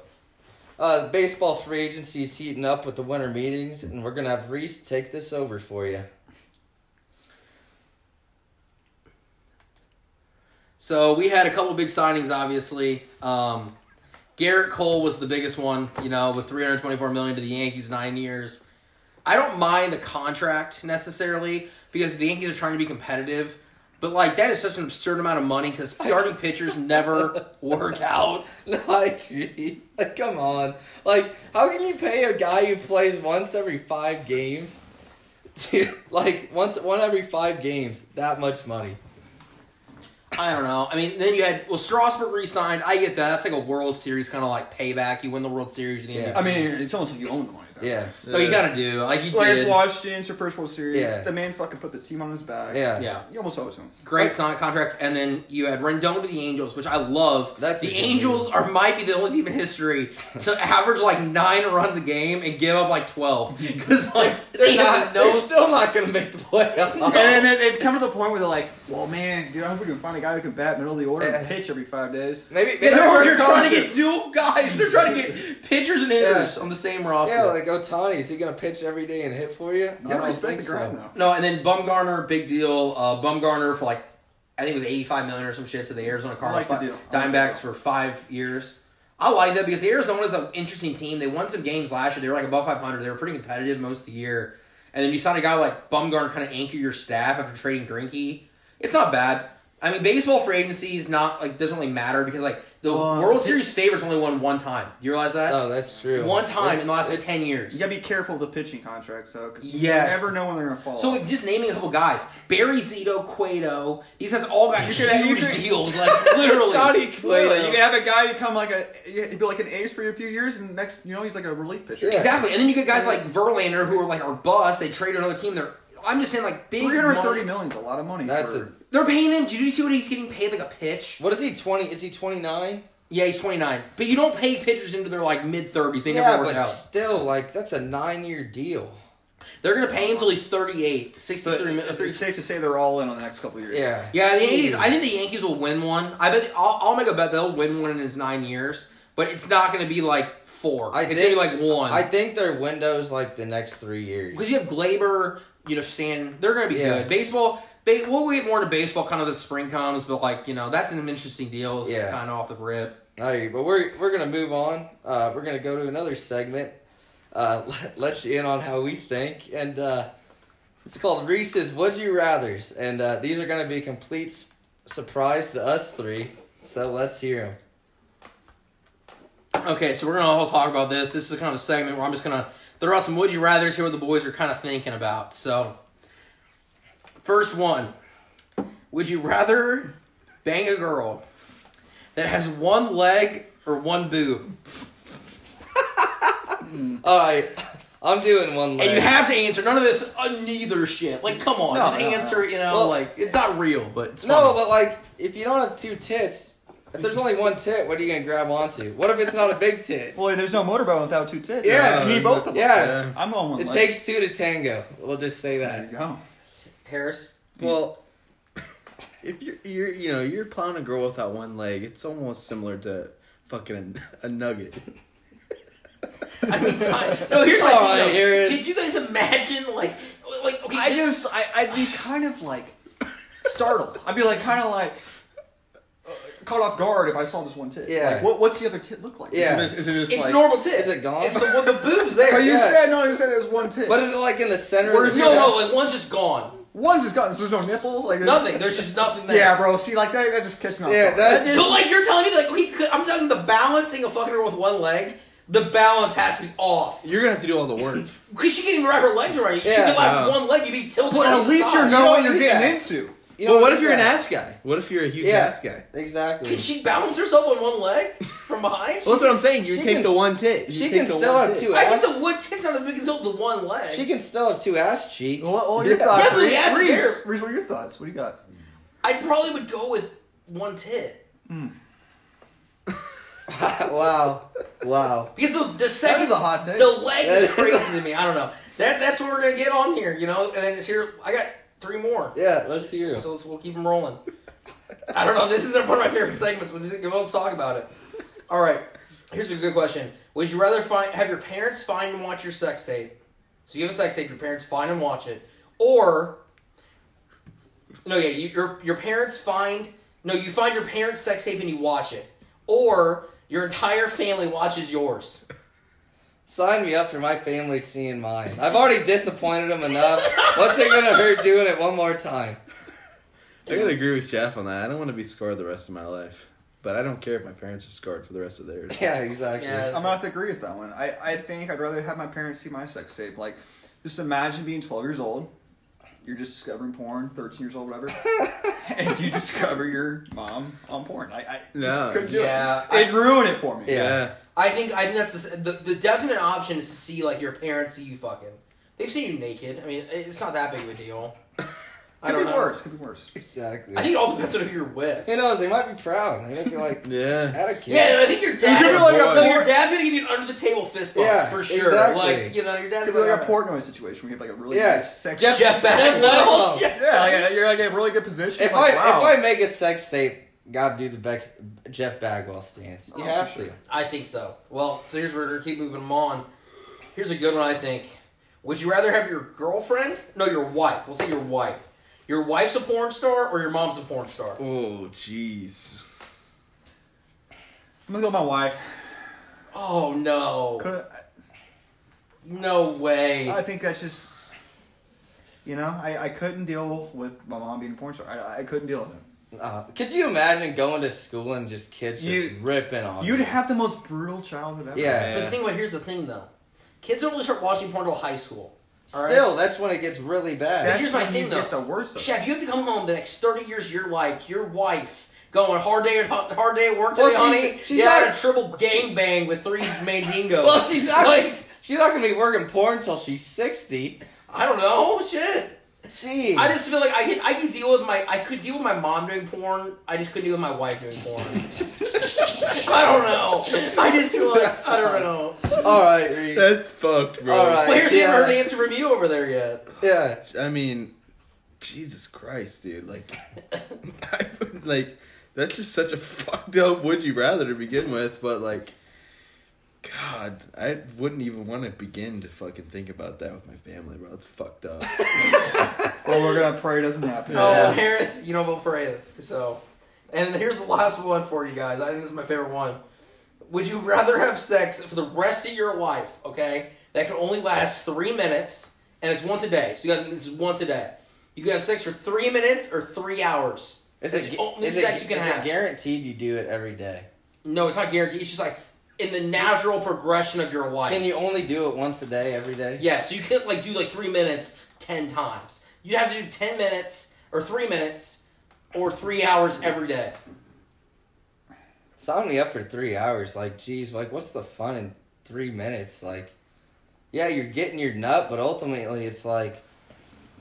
Speaker 1: uh baseball free agency is heating up with the winter meetings and we're gonna have Reese take this over for [laughs] you.
Speaker 2: So we had a couple big signings, obviously. Um, Garrett Cole was the biggest one, you know, with 324 million to the Yankees, nine years. I don't mind the contract necessarily because the Yankees are trying to be competitive, but like that is such an absurd amount of money because starting pitchers never work out.
Speaker 1: No, I agree. Like, come on. Like, how can you pay a guy who plays once every five games? [laughs] To, like once one every five games, that much money.
Speaker 2: I don't know. I mean, then you had well, Strasburg re-signed. I get that. That's like a World Series kind of like payback. You win the World Series. You
Speaker 1: Yeah.
Speaker 2: yeah.
Speaker 3: I mean, it's almost like you own the money. Though.
Speaker 1: Yeah.
Speaker 2: Oh, you gotta do like you
Speaker 3: Lance
Speaker 2: did.
Speaker 3: Washington's your first World Series.
Speaker 1: Yeah.
Speaker 3: The man fucking put the team on his back.
Speaker 1: Yeah.
Speaker 2: Yeah.
Speaker 3: You almost owe it to
Speaker 1: [laughs]
Speaker 3: him.
Speaker 2: Great Sonic contract, and then you had Rendon to the Angels, which I love.
Speaker 1: That's a
Speaker 2: the
Speaker 1: good
Speaker 2: Angels are might be the only team in history [laughs] to average like nine runs a game and give up like [laughs] twelve because like
Speaker 1: They're
Speaker 2: they have
Speaker 1: not. They're
Speaker 2: no
Speaker 1: still not going to make the
Speaker 2: [laughs]
Speaker 1: playoffs.
Speaker 3: and then it come to the point where they're like, "Well, man, dude, I hope we can find a guy who can bat middle of the order and
Speaker 1: Yeah.
Speaker 3: pitch every five days." [laughs]
Speaker 1: Maybe,
Speaker 2: They're,
Speaker 1: maybe
Speaker 2: they're
Speaker 1: Otani's
Speaker 2: trying to get
Speaker 1: gonna-
Speaker 2: dual guys. They're trying to [laughs] get pitchers and hitters
Speaker 1: Yeah.
Speaker 2: on the same roster.
Speaker 1: Yeah, like Otani, is he going to pitch every day and hit for you?
Speaker 3: I don't respect the grind though.
Speaker 2: no, and then Bumgarner, big deal. Uh, Bumgarner for like I think it was eighty-five million or some shit to the Arizona Cardinals.
Speaker 3: like the deal. I like the
Speaker 2: Dimebacks
Speaker 3: deal.
Speaker 2: for five years. I like that because Arizona is an interesting team. They won some games last year. They were like above five hundred. They were pretty competitive most of the year. And then you sign a guy like Bumgarner, kind of anchor your staff after trading Grinky. It's not bad. I mean, baseball free agency is not like doesn't really matter because like the
Speaker 3: Well,
Speaker 2: World
Speaker 3: it-
Speaker 2: Series favorites only won one time. You realize that?
Speaker 1: Oh, that's true.
Speaker 2: One time
Speaker 1: It's-
Speaker 2: in the last like,
Speaker 1: it's-
Speaker 2: ten years.
Speaker 3: You gotta be careful of the pitching contracts though, because you
Speaker 2: Yes.
Speaker 3: never know when they're gonna fall.
Speaker 2: So like, just naming a couple guys: Barry Zito, Cueto. These guys all got
Speaker 3: could have-
Speaker 2: huge
Speaker 3: you [laughs] could-
Speaker 2: deals,
Speaker 3: [laughs]
Speaker 2: like literally.
Speaker 1: Otani
Speaker 3: Literally,
Speaker 1: Cueto.
Speaker 3: you can have a guy become like a he'd be like an ace for you a few years, and next you know he's like a relief pitcher.
Speaker 1: Yeah.
Speaker 2: Exactly, and then you get guys like Verlander who are like our bust. They trade to another team. They're I'm just saying like big.
Speaker 3: Three hundred thirty million is a lot of money.
Speaker 1: That's
Speaker 3: for,
Speaker 1: a.
Speaker 2: They're paying him. Did you see what he's getting paid like a pitch?
Speaker 1: What is he? Twenty? Is he twenty nine?
Speaker 2: Yeah, he's 29, but you don't pay pitchers into their like mid 30s. They
Speaker 1: Yeah,
Speaker 2: never work
Speaker 1: but
Speaker 2: out.
Speaker 1: still, like that's a nine year deal.
Speaker 2: They're gonna pay him until he's 38,
Speaker 3: but
Speaker 2: 63.
Speaker 3: it's safe to say they're all in on the next couple of years.
Speaker 1: Yeah.
Speaker 2: Yeah, the Yankees.
Speaker 1: Jeez.
Speaker 2: I think the Yankees will win one. I bet. I'll, I'll make a bet they'll win one in his nine years, but it's not going to be like four.
Speaker 1: I
Speaker 2: it's
Speaker 1: think-
Speaker 2: going to be like one.
Speaker 1: I think their windows like the next three years.
Speaker 2: because you have Glaber, you know, Stan. They're going to be
Speaker 1: Yeah.
Speaker 2: good. Baseball. Ba- we'll get more into baseball kind of as spring comes, but like you know, that's an interesting deal. It's
Speaker 1: Yeah.
Speaker 2: kind of off the rip.
Speaker 1: I agree, but we're we're gonna move on. Uh, we're gonna go to another segment. Uh, [laughs] let, let you in on how we think, and uh, it's called Reese's Would You Rather's, and uh, these are gonna be a complete s- surprise to us three. So let's hear them.
Speaker 2: Okay, so we're gonna all talk about this. This is kind of a segment where I'm just gonna throw out some would you rather's here what the boys are kind of thinking about. So, first one: Would you rather bang a girl that has one leg or one boob?
Speaker 1: All right, [laughs] I'm doing one. Leg.
Speaker 2: And you have to answer none of this uh, neither shit. Like, come on,
Speaker 3: No,
Speaker 2: just
Speaker 3: no,
Speaker 2: answer. You know,
Speaker 1: Well-
Speaker 2: like it's not real, but it's
Speaker 1: no,
Speaker 2: funny.
Speaker 1: but like if you don't have two tits, if there's only one tit, what are you gonna grab onto? What if it's not a big tit?
Speaker 3: Well, there's no motorboat without two tits.
Speaker 1: Yeah.
Speaker 3: you need both of them.
Speaker 1: Yeah.
Speaker 3: I'm on one.
Speaker 1: It
Speaker 3: leg.
Speaker 1: takes two to tango. We'll just say
Speaker 3: There [laughs]
Speaker 1: that.
Speaker 3: you go.
Speaker 2: Harris.
Speaker 5: Well, if you're you're you know you're pounding a girl without one leg, it's almost similar to fucking a, a nugget.
Speaker 2: I mean, I, no. Here's my
Speaker 1: All
Speaker 2: thing.
Speaker 1: right,
Speaker 2: though.
Speaker 1: Harris.
Speaker 2: Could you guys imagine, like, like okay,
Speaker 3: I just, I, I'd be kind of like startled. I'd be like, kind of like uh, caught off guard if I saw this one tit.
Speaker 1: Yeah.
Speaker 3: Like, what, what's the other tit look like?
Speaker 1: Yeah.
Speaker 3: Is it, is it just
Speaker 2: it's
Speaker 3: like?
Speaker 2: normal tit.
Speaker 1: Is it gone?
Speaker 2: It's the, well, the boob's
Speaker 3: [laughs]
Speaker 2: there.
Speaker 3: But Oh, you
Speaker 1: Yeah.
Speaker 3: said no. You said there's one tit.
Speaker 1: But is it like in the center?
Speaker 3: Where's
Speaker 1: of the
Speaker 2: No,
Speaker 1: chest?
Speaker 2: no, like one's just gone.
Speaker 3: one's just gotten. So there's no nipple. Like there's-
Speaker 2: Nothing. There's just nothing there.
Speaker 3: Yeah, bro. See, like that, that just catch me off
Speaker 1: Yeah,
Speaker 3: guard.
Speaker 1: that's-
Speaker 2: But like you're telling me, like okay, c- I'm talking the balancing of fucking her with one leg. The balance has to be off.
Speaker 5: You're gonna have to do all the work.
Speaker 2: Cause she can't even wrap her legs right. She
Speaker 1: Yeah.
Speaker 2: could have
Speaker 5: No.
Speaker 2: one leg. You'd be tilted.
Speaker 3: But
Speaker 2: on
Speaker 3: at
Speaker 2: each
Speaker 3: least
Speaker 2: side.
Speaker 3: you're knowing
Speaker 1: You
Speaker 3: you're
Speaker 1: don't
Speaker 3: getting
Speaker 1: need
Speaker 3: into.
Speaker 1: You
Speaker 5: well,
Speaker 1: don't
Speaker 5: what
Speaker 1: do
Speaker 5: if you're an
Speaker 1: that.
Speaker 5: ass guy? What if you're a huge
Speaker 1: Yeah.
Speaker 5: ass guy?
Speaker 1: Exactly.
Speaker 2: Can she balance herself on one leg from behind?
Speaker 5: Well, that's what I'm saying. You
Speaker 1: She
Speaker 5: take
Speaker 1: can
Speaker 5: the
Speaker 1: s-
Speaker 5: one tit. You
Speaker 1: she
Speaker 5: take
Speaker 1: can
Speaker 5: the
Speaker 1: still
Speaker 5: one
Speaker 1: have
Speaker 5: tit.
Speaker 1: two
Speaker 2: I think the one tit's not as big as the one leg.
Speaker 1: She can still have two ass cheeks.
Speaker 3: What, what were your
Speaker 1: [laughs]
Speaker 5: Yeah.
Speaker 3: thoughts?
Speaker 2: Yeah, but the
Speaker 3: Reese?
Speaker 2: ass is
Speaker 3: Reese, Reese, what are your thoughts? What do you got?
Speaker 2: I probably would go with one tit
Speaker 1: wow, wow.
Speaker 2: because the the second
Speaker 3: is a hot take.
Speaker 2: The leg
Speaker 1: That
Speaker 2: is
Speaker 1: is-
Speaker 2: crazy to me. I don't know. That that's what we're gonna get on here, you know. And then it's here. I got three more.
Speaker 1: Yeah, let's hear it.
Speaker 2: So let's, we'll keep them rolling. I don't know. This is one of my favorite segments. We'll just we'll just talk about it. All right. Here's a good question. Would you rather find have your parents find and watch your sex tape? So you have a sex tape. Your parents find and watch it, or no, yeah, you, your your parents find no, you find your parents' sex tape and you watch it, or your entire family watches yours.
Speaker 1: Sign me up for my family seeing mine. I've already disappointed them enough. What's it gonna hurt doing it one more time? [laughs]
Speaker 5: I gotta agree with Jeff on that. I don't want to be scarred the rest of my life, but I don't care if my parents are scarred for the rest of theirs.
Speaker 1: Yeah, exactly.
Speaker 2: Yeah,
Speaker 3: I'm gonna have to agree with that one. I, I think I'd rather have my parents see my sex tape. Like, just imagine being 12 years old, you're just discovering porn, 13 years old, whatever, and you discover your mom on porn. I, I
Speaker 4: No.
Speaker 3: just couldn't do
Speaker 2: Yeah,
Speaker 3: it. It ruined it for me.
Speaker 1: Yeah.
Speaker 2: I think I think that's the, the the definite option is to see like your parents see you fucking. They've seen you naked. I mean, it's not that big of
Speaker 3: [laughs]
Speaker 2: a deal. I
Speaker 3: Could
Speaker 2: don't
Speaker 3: be
Speaker 2: know.
Speaker 3: worse. Could be worse.
Speaker 1: Exactly.
Speaker 2: I think it all depends on who you're with.
Speaker 1: Who knows? They might be proud. They might be like,
Speaker 4: Yeah.
Speaker 1: had a kid.
Speaker 2: Yeah, I think your dad.
Speaker 3: could be like a
Speaker 2: no,
Speaker 3: boy.
Speaker 2: your dad's gonna give you an under the table fist bump
Speaker 1: Yeah,
Speaker 2: for sure.
Speaker 1: exactly.
Speaker 2: Like you know, your dad's
Speaker 3: Could be
Speaker 2: gonna
Speaker 3: like a Portnoy situation. We have like a really
Speaker 1: uh, Yeah.
Speaker 3: good sex.
Speaker 1: Jeff-
Speaker 2: [laughs] Jeff
Speaker 1: Jeff
Speaker 2: Bezos.
Speaker 1: Bezos.
Speaker 2: [laughs] Yeah.
Speaker 3: yeah, like a, you're like in a really good position.
Speaker 1: If
Speaker 3: like,
Speaker 1: I
Speaker 3: wow.
Speaker 1: if I make a sex tape, gotta do the Bex, Jeff Bagwell stance. You
Speaker 3: Oh,
Speaker 1: have
Speaker 3: for
Speaker 1: to.
Speaker 3: sure.
Speaker 2: I think so. Well, so here's where we're gonna keep moving them on. Here's a good one, I think. Would you rather have your girlfriend? No, your wife. We'll say your wife. Your wife's a porn star, or your mom's a porn star.
Speaker 5: Oh, jeez.
Speaker 3: I'm gonna go with my wife.
Speaker 2: Oh no,
Speaker 3: Could,
Speaker 2: no way.
Speaker 3: I think that's just, you know, I, I couldn't deal with my mom being a porn star. I, I couldn't deal with it.
Speaker 1: Uh, could you imagine going to school and just kids just
Speaker 3: You-
Speaker 1: ripping on
Speaker 3: You'd have the most brutal childhood ever.
Speaker 1: Yeah.
Speaker 2: But the thing, about here's the thing though, kids don't really start watching porn until high school. all right?
Speaker 1: Still, that's when it gets really
Speaker 3: That's
Speaker 1: bad.
Speaker 2: here's my
Speaker 3: when
Speaker 2: thing,
Speaker 3: you
Speaker 2: though.
Speaker 3: get the worst of it.
Speaker 2: Chef, you have to come home the next thirty years of your life, to your wife going hard day at hard day at work
Speaker 1: Well,
Speaker 2: today,
Speaker 1: she's-
Speaker 2: honey.
Speaker 1: she's
Speaker 2: you had
Speaker 1: not-
Speaker 2: a triple gang bang with three
Speaker 1: [laughs]
Speaker 2: mandingos.
Speaker 1: Well, she's not
Speaker 2: like
Speaker 1: she's not gonna be working porn till she's sixty.
Speaker 2: I don't know, shit.
Speaker 1: Jeez.
Speaker 2: I just feel like I could I could deal with my I could deal with my mom doing porn. I just couldn't deal with my wife doing
Speaker 1: [laughs]
Speaker 2: porn. I don't know. I just feel like I don't know.
Speaker 1: All right, Reed.
Speaker 4: That's fucked, bro.
Speaker 1: All right.
Speaker 2: Well, here's
Speaker 1: Yeah.
Speaker 2: the early answer from you over there yet.
Speaker 1: yeah.
Speaker 4: I mean, Jesus Christ, dude. Like, [laughs] I would, like, that's just such a fucked up would you rather to begin with, but like, God, I wouldn't even want to begin to fucking think about that with my family, bro. It's fucked up.
Speaker 3: Well, we're gonna pray it doesn't happen.
Speaker 2: Oh, well, Harris, you know we'll pray. So, and here's the last one for you guys. I think this is my favorite one. Would you rather have sex for the rest of your life? Okay, that can only last three minutes, and it's once a day. So you got this is once a day. You can have sex for three minutes or three hours.
Speaker 1: Is
Speaker 2: That's
Speaker 1: it,
Speaker 2: the
Speaker 1: gu-
Speaker 2: only
Speaker 1: is,
Speaker 2: sex
Speaker 1: it,
Speaker 2: you can
Speaker 1: is
Speaker 2: have.
Speaker 1: it guaranteed you do it every day?
Speaker 2: No, it's not guaranteed. It's just like in the natural progression of your life.
Speaker 1: Can you only do it once a day, every day?
Speaker 2: Yeah, so you can't like do like three minutes ten times. You'd have to do ten minutes or three minutes or three hours every day.
Speaker 1: Sign me up for three hours. Like, geez, like, what's the fun in three minutes? Like, yeah, you're getting your nut, but ultimately it's like,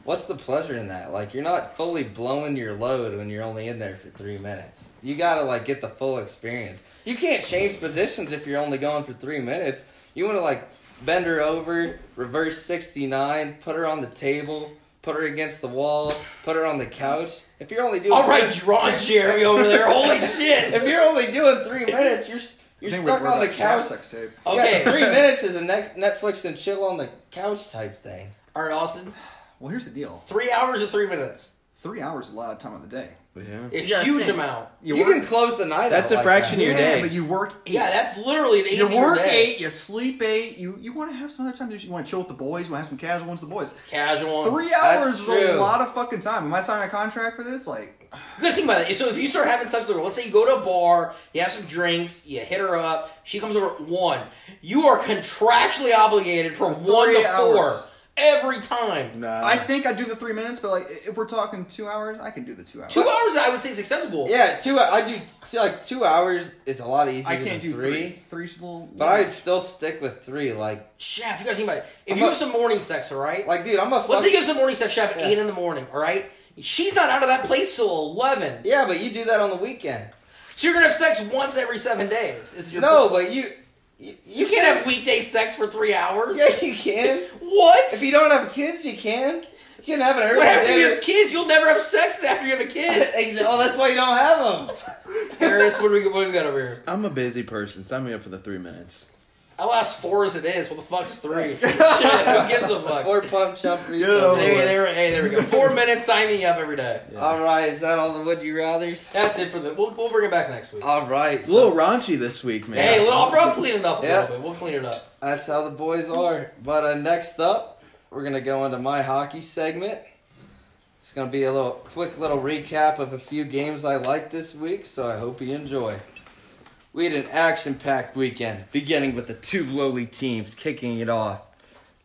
Speaker 1: what's the pleasure in that? Like, you're not fully blowing your load when you're only in there for three minutes. You gotta, like, get the full experience. You can't change positions if you're only going for three minutes. You wanna, like, bend her over, reverse 69, put her on the table, put her against the wall, put her on the couch. If you're only doing.
Speaker 2: All right, Ron Jerry over
Speaker 3: [laughs]
Speaker 2: there. Holy shit!
Speaker 1: If you're only doing three minutes, you're s-
Speaker 3: I
Speaker 1: you're
Speaker 3: think we're-
Speaker 1: stuck
Speaker 3: we're
Speaker 1: on the
Speaker 3: about to have
Speaker 1: couch.
Speaker 3: Sex tape.
Speaker 2: Okay,
Speaker 1: Yeah, three minutes is a net Netflix and chill on the couch type thing.
Speaker 2: All right, Austin.
Speaker 3: Well, here's the deal.
Speaker 2: Three hours or three minutes?
Speaker 3: Three hours is a lot of time of the day.
Speaker 4: yeah.
Speaker 2: A
Speaker 3: You gotta
Speaker 2: huge
Speaker 3: think.
Speaker 2: amount.
Speaker 1: You,
Speaker 3: work-
Speaker 1: can close the night.
Speaker 4: That's
Speaker 1: out
Speaker 4: a
Speaker 1: like
Speaker 4: fraction
Speaker 1: that.
Speaker 4: of your
Speaker 3: yeah,
Speaker 4: day.
Speaker 3: but you work eight.
Speaker 2: Yeah, that's literally an eight.
Speaker 3: you work
Speaker 2: day.
Speaker 3: eight, you sleep eight, you, you want to have some other time. You want to chill with the boys, you want to have some casual ones with the boys.
Speaker 2: Casual. ones.
Speaker 3: Three
Speaker 1: That's
Speaker 3: hours is a
Speaker 1: true.
Speaker 3: lot of fucking time. Am I signing a contract for this? Like,
Speaker 2: Good thing about that. So if you start having sex with her, let's say you go to a bar, you have some drinks, you hit her up, she comes over at one. You are contractually obligated from one to
Speaker 3: three
Speaker 2: four
Speaker 3: hours.
Speaker 2: every time.
Speaker 4: Nah.
Speaker 3: I think I do the three minutes, but like, if we're talking two hours, I can do the two hours.
Speaker 2: Two hours, I would say, is acceptable.
Speaker 1: Yeah, two. I do so, like two hours is a lot easier
Speaker 3: I can't
Speaker 1: than
Speaker 3: do
Speaker 1: three,
Speaker 3: three. Three's a little.
Speaker 1: but I'd still stick with three. Like,
Speaker 2: Chef, you gotta think about it. If
Speaker 1: I'm
Speaker 2: you
Speaker 1: not-
Speaker 2: have some morning sex, all right?
Speaker 1: like, dude, I'm a.
Speaker 2: Let's
Speaker 1: fuck-
Speaker 2: say you have some morning sex, Chef, at
Speaker 1: Yeah.
Speaker 2: 8 in the morning, all right? She's not out of that place till 11.
Speaker 1: yeah, but you do that on the weekend.
Speaker 2: So you're gonna have sex once every seven days. Is your
Speaker 1: No, but you. You,
Speaker 2: You can't have weekday sex for three hours.
Speaker 1: Yeah, you can.
Speaker 2: What?
Speaker 1: if you don't have kids, you can. You can have it every
Speaker 2: what happens if you
Speaker 1: day. [laughs]
Speaker 2: have kids? You'll never have sex after you have a kid.
Speaker 1: Oh, that's why you don't have them.
Speaker 2: Harris, what do we what do we got over here?
Speaker 4: I'm a busy person. Sign me up for the three minutes.
Speaker 2: I lost four as it is. What the fuck's three? Shit, who gives a fuck?
Speaker 1: Or pump
Speaker 3: [laughs]
Speaker 1: chump for
Speaker 3: Yeah.
Speaker 1: yourself.
Speaker 2: There, there, hey, there we go. Four minutes. Sign me up every day.
Speaker 1: All right, is that all the would you rather's?
Speaker 2: That's it for the. We'll, we'll bring it back next week.
Speaker 1: All right,
Speaker 4: A
Speaker 1: so
Speaker 4: little raunchy this week, man.
Speaker 2: Hey, little, bro, clean it up a
Speaker 1: Yeah.
Speaker 2: little bit. We'll clean it up.
Speaker 1: that's how the boys are. But uh, next up, we're gonna go into my hockey segment. It's gonna be a little quick little recap of a few games I liked this week, so I hope you enjoy. We had an action-packed weekend, beginning with the two lowly teams kicking it off.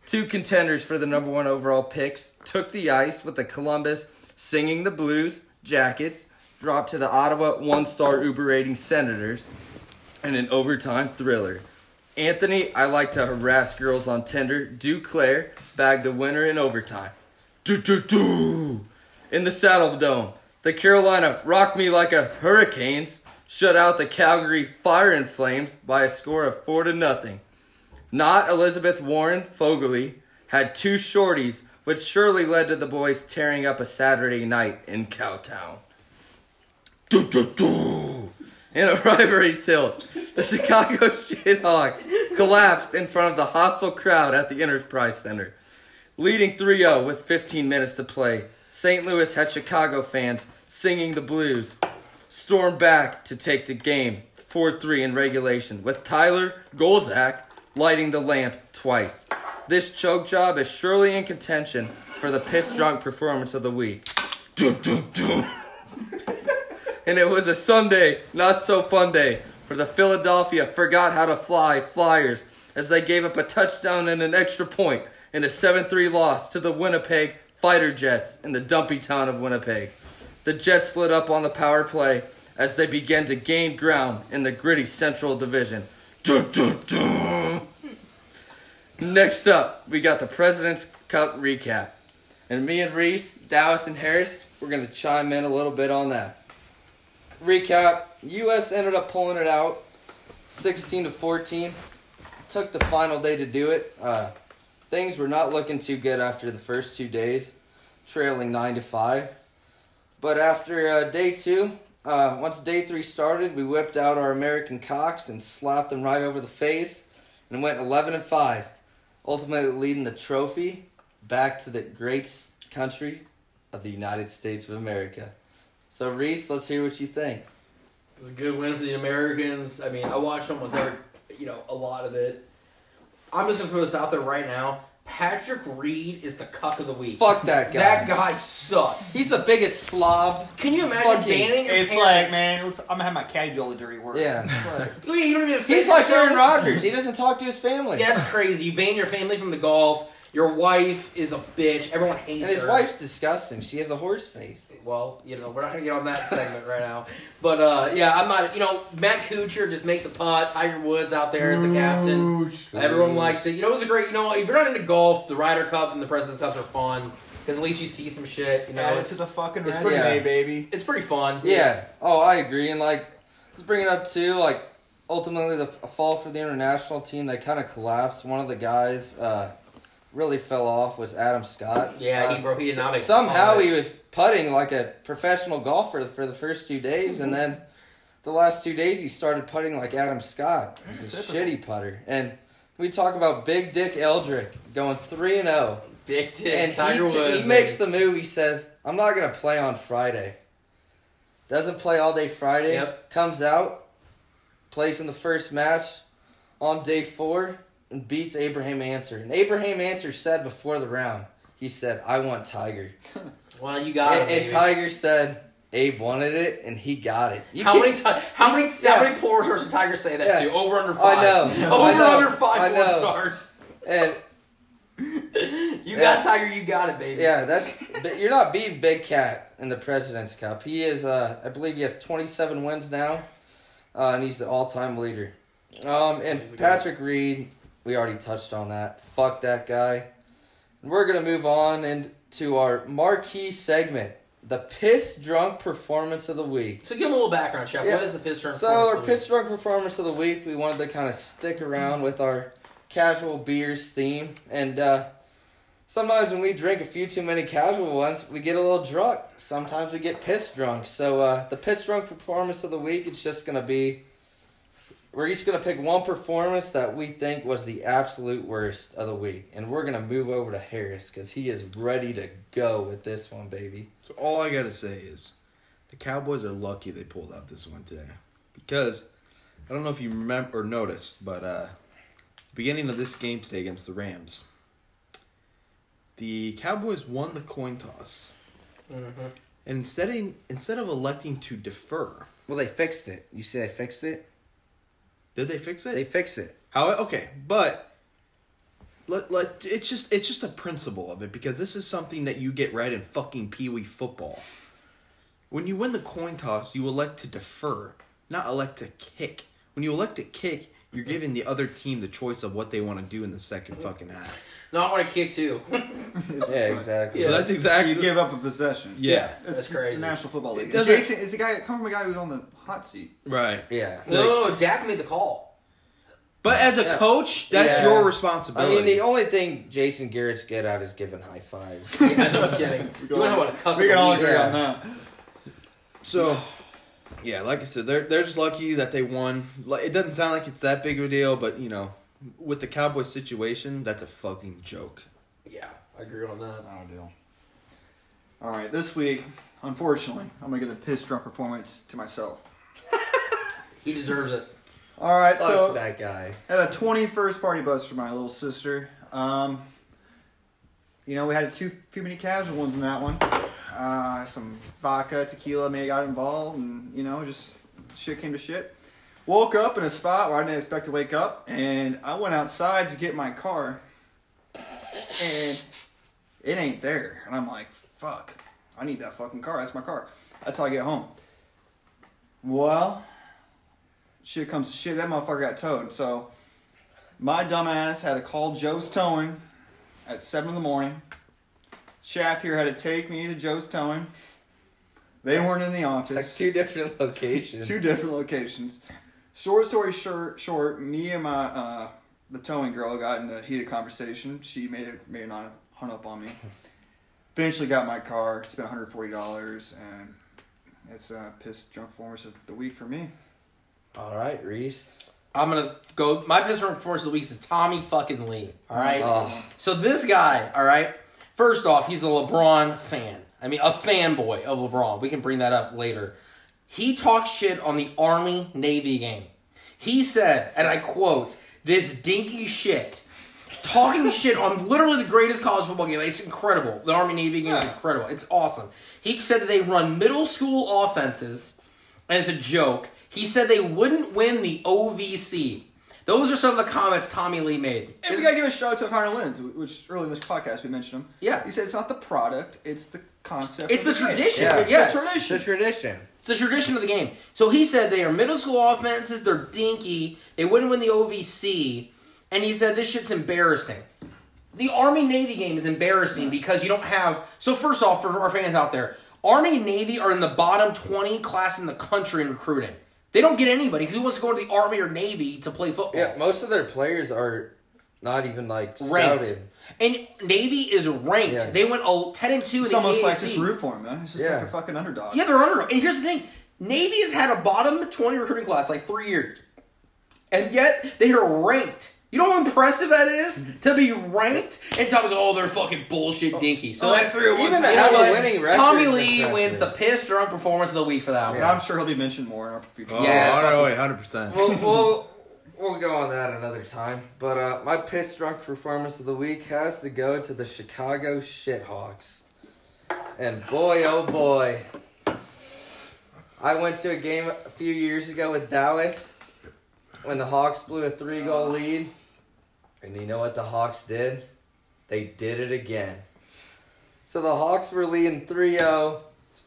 Speaker 1: Two contenders for the number one overall picks took the ice with the Columbus singing the blues jackets, dropped to the Ottawa one star Uber rating Senators in an overtime thriller. Anthony, I like to harass girls on Tinder. Duclair bagged the winner in overtime. Do do do! In the Saddle Dome, the Carolina rocked me like a hurricanes. Shut out the Calgary Fire and Flames by a score of four to nothing. Not Elizabeth Warren Fogley had two shorties, which surely led to the boys tearing up a Saturday night in Cowtown. Do, do, do. In a rivalry tilt, the Chicago Shithawks collapsed in front of the hostile crowd at the Enterprise Center. Leading 3 0 with 15 minutes to play, St. Louis had Chicago fans singing the blues. Storm back to take the game 4 3 in regulation, with Tyler Golzak lighting the lamp twice. This choke job is surely in contention for the piss drunk performance of the week. Dun, dun, dun and it was a Sunday, not so fun day, for the Philadelphia forgot how to fly Flyers as they gave up a touchdown and an extra point in a 7 3 loss to the Winnipeg Fighter Jets in the dumpy town of Winnipeg. The Jets slid up on the power play as they began to gain ground in the gritty Central Division. Dun, dun, dun. Next up, we got the President's Cup recap. And me and Reese, Dallas, and Harris, we're going to chime in a little bit on that recap us ended up pulling it out 16 to 14 took the final day to do it uh, things were not looking too good after the first two days trailing 9 to 5 but after uh, day two uh, once day three started we whipped out our american cocks and slapped them right over the face and went 11 and 5 ultimately leading the trophy back to the great s- country of the united states of america so reese let's hear what you think
Speaker 2: It was a good win for the Americans. I mean, I watched almost every, you know, a lot of it. I'm just gonna throw this out there right now. Patrick Reed is the cuck of the week.
Speaker 1: Fuck that guy.
Speaker 2: That guy sucks.
Speaker 1: He's the biggest slob.
Speaker 2: Can you imagine
Speaker 1: Fucking-
Speaker 2: banning your
Speaker 3: It's like,
Speaker 2: parents?
Speaker 3: man, let's, I'm gonna have my caddy do all the dirty work.
Speaker 1: Yeah. it's like-
Speaker 2: Look, you don't even
Speaker 1: He's like Aaron Rodgers. He doesn't talk to his family.
Speaker 2: Yeah, that's crazy. You ban your family from the golf. Your wife is a bitch. Everyone hates
Speaker 1: And his
Speaker 2: her.
Speaker 1: wife's disgusting. She has a horse face.
Speaker 2: Well, you know, we're not gonna get on that segment right now. But uh, yeah, I'm not. You know, Matt Kuchar just makes a putt. Tiger Woods out there as the captain. Everyone likes it. You know, it was a great. You know, if you're not into golf, the Ryder Cup and the Presidents Cups are fun because at least you see some shit. You know,
Speaker 3: Add it
Speaker 2: it's,
Speaker 3: to the fucking
Speaker 2: it's
Speaker 3: resume,
Speaker 1: pretty-
Speaker 3: baby.
Speaker 2: it's pretty fun.
Speaker 1: Yeah. Oh, I agree. And like, let's bring it up too. Like, ultimately, the f- fall for the international team, they kind of collapsed. One of the guys uh, really fell off was Adam Scott.
Speaker 2: Yeah,
Speaker 1: Uh,
Speaker 2: he bro, he did not make
Speaker 1: somehow
Speaker 2: the
Speaker 1: he was putting like a professional golfer for the first two days, and then the last two days he started putting like Adam Scott. He's a shitty putter. And we talk about Big Dick Eldrick going three and oh. zero,
Speaker 2: big dick.
Speaker 1: and
Speaker 2: Tiger
Speaker 1: he, t-
Speaker 2: Woods
Speaker 1: he makes
Speaker 2: baby.
Speaker 1: the move. He says, "I'm not gonna play on Friday." Doesn't play all day Friday.
Speaker 2: Yep.
Speaker 1: Comes out, plays in the first match on day four, and beats Abraham Answer. And Abraham Answer said before the round, he said, "I want Tiger."
Speaker 2: Well, you got it.
Speaker 1: and, and
Speaker 2: baby.
Speaker 1: Tiger said Abe wanted it and he got it. You
Speaker 2: How
Speaker 1: can't-
Speaker 2: many, ti- how many how
Speaker 1: Yeah.
Speaker 2: many porn stars did Tiger say that
Speaker 1: Yeah.
Speaker 2: to? Over under five.
Speaker 1: I know.
Speaker 2: [laughs] Over
Speaker 1: I know.
Speaker 2: under
Speaker 1: I
Speaker 2: five porn
Speaker 1: know.
Speaker 2: stars. [laughs]
Speaker 1: And
Speaker 2: You got
Speaker 1: Yeah.
Speaker 2: Tiger, you got it, baby.
Speaker 1: yeah, that's but you're not beating Big Cat in the President's Cup. He is, uh, I believe, he has 27 wins now, uh, and he's the all-time leader. Um,
Speaker 2: He's the
Speaker 1: and
Speaker 2: guy.
Speaker 1: Patrick Reed, we already touched on that. Fuck that guy. We're gonna move on and to our marquee segment, the piss drunk performance of the week.
Speaker 2: So give him a little background check.
Speaker 1: Yeah.
Speaker 2: What is the piss turn?
Speaker 1: So our Pittsburgh performance of the week, we wanted to kind of stick around with our casual beers theme, and uh, sometimes when we drink a few too many casual ones, we get a little drunk. Sometimes we get piss drunk. So uh, the piss drunk performance of the week, it's just gonna be we're each gonna pick one performance that we think was the absolute worst of the week, and we're gonna move over to Harris because he is ready to go with this one, baby.
Speaker 5: So all I gotta say is, the Cowboys are lucky they pulled out this one today, because I don't know if you remember or noticed, but uh, beginning of this game today against the Rams, the Cowboys won the coin toss,
Speaker 2: Mm-hmm.
Speaker 5: and instead of, instead of electing to defer,
Speaker 1: Well, they fixed it. You see, they fixed it.
Speaker 5: did they fix it?
Speaker 1: They fixed it.
Speaker 5: How? Okay, but Let, let, it's just it's just the principle of it because this is something that you get right in fucking pee wee football. When you win the coin toss, you elect to defer, not elect to kick. When you elect to kick, you're giving the other team the choice of what they want to do in the second fucking half.
Speaker 2: No, I want to
Speaker 1: [laughs]
Speaker 2: kick too.
Speaker 1: Yeah, exactly.
Speaker 5: So that's exactly
Speaker 3: You give up a possession.
Speaker 5: Yeah.
Speaker 3: It's
Speaker 2: That's crazy.
Speaker 3: The National Football League.
Speaker 5: It doesn't-
Speaker 3: Jason is a guy. Come from a guy who's on the hot seat.
Speaker 5: right.
Speaker 1: Yeah.
Speaker 2: no, no, no, Dak made the
Speaker 1: [laughs]
Speaker 2: call.
Speaker 5: But as a
Speaker 1: Yeah.
Speaker 5: coach, that's
Speaker 1: Yeah.
Speaker 5: your
Speaker 1: I
Speaker 5: responsibility.
Speaker 1: mean, the only thing Jason Garrett's good at is giving high
Speaker 2: [laughs]
Speaker 1: fives.
Speaker 2: Yeah, no kidding. You want to know what a cuck
Speaker 3: We can all
Speaker 2: of the
Speaker 3: agree
Speaker 2: week-
Speaker 1: Yeah.
Speaker 3: on that.
Speaker 5: So, yeah, like I said, they're they're just lucky that they won. Like, it doesn't sound like it's that big of a deal, but you know, with the Cowboys situation, that's a fucking joke.
Speaker 2: Yeah, I agree on that.
Speaker 3: Not a deal. All right, this week, unfortunately, I'm gonna give the piss drop performance to myself.
Speaker 2: He deserves it.
Speaker 3: All right,
Speaker 1: Fuck
Speaker 3: so
Speaker 1: that guy.
Speaker 3: Had a 21st party bus for my little sister. Um, you know, we had too few many casual ones in that one. Uh, some vodka, tequila may have got involved, and you know, just shit came to shit. Woke up in a spot where I didn't expect to wake up, and I went outside to get my car, and it ain't there. And I'm like, fuck, I need that fucking car. That's my car. That's how I get home. Well, shit comes to shit. That motherfucker got towed. So my dumbass had to call Joe's Towing at 7 in the morning. Shaft here had to take me to Joe's Towing. They weren't in the
Speaker 1: Like
Speaker 3: office.
Speaker 1: two
Speaker 2: [laughs]
Speaker 1: different locations.
Speaker 3: Two different locations. Short story short, short me and my uh, the towing girl got in a heated conversation. She made it may not hung up [laughs] on me. Eventually got my car. Spent one hundred forty dollars, and it's uh, piss drunk performance of the week for me.
Speaker 1: All right, Reese.
Speaker 2: I'm gonna go. My best performance of the week is Tommy fucking Lee. All right.
Speaker 1: Oh.
Speaker 2: So this guy. All right. First off, he's a LeBron fan. I mean, a fanboy of LeBron. We can bring that up later. He talks shit on the Army Navy game. He said, and I quote, "This dinky shit." Talking shit on literally the greatest college football game. It's incredible. The Army Navy game is incredible. It's awesome. He said that they run middle school offenses and it's a joke. He said they wouldn't win the OVC. Those are some of the comments Tommy Lee made.
Speaker 3: And we gotta give a shout out to Connor Lins, which early in this podcast we mentioned him.
Speaker 2: Yeah.
Speaker 3: he said it's not the product; it's the concept.
Speaker 2: It's
Speaker 3: of
Speaker 2: the
Speaker 3: game.
Speaker 2: tradition.
Speaker 3: Yeah. It's
Speaker 2: Yes.
Speaker 3: the
Speaker 1: It's the
Speaker 3: tradition.
Speaker 1: tradition.
Speaker 2: It's the tradition of the game. So he said they are middle school offenses, they're dinky, they wouldn't win the OVC, and he said this shit's embarrassing. The Army Navy game is embarrassing because you don't have. So, first off, for our fans out there, Army and Navy are in the bottom 20 class in the country in recruiting. They don't get anybody. Who wants to go into the Army or Navy to play football?
Speaker 1: Yeah, most of their players are not even like
Speaker 2: ranked.
Speaker 1: scouted.
Speaker 2: And Navy is ranked.
Speaker 1: Yeah.
Speaker 2: They went a ten and two.
Speaker 3: It's
Speaker 2: in the
Speaker 3: almost like
Speaker 2: AAC.
Speaker 3: this root for him, man. It's just
Speaker 1: Yeah.
Speaker 3: like a fucking underdog.
Speaker 2: Yeah, they're underdog. And here's the thing: Navy has had a bottom twenty recruiting class like three years, and yet they are ranked. You know how impressive that is to be ranked and Tommy's like, oh, they're fucking bullshit dinky. So
Speaker 3: Oh,
Speaker 2: that's
Speaker 3: that's three or one
Speaker 1: Even a
Speaker 3: side.
Speaker 2: You know
Speaker 1: hell of
Speaker 2: what?
Speaker 1: a winning record.
Speaker 2: Tommy
Speaker 1: is
Speaker 2: Lee
Speaker 1: impressive.
Speaker 2: wins the piss drunk performance of the week for that one.
Speaker 3: And I'm sure he'll be mentioned more in our future.
Speaker 5: Oh,
Speaker 2: Yeah,
Speaker 5: I don't
Speaker 2: fucking-
Speaker 5: know, wait, 100%.
Speaker 1: [laughs] We'll, we'll, we'll go on that another time. But uh, my piss drunk performance of the week has to go to the Chicago Shithawks. And boy, oh boy. I went to a game a few years ago with Dallas when the Hawks blew a three goal lead. And you know what the Hawks did? They did it again. So the Hawks were leading 3 0.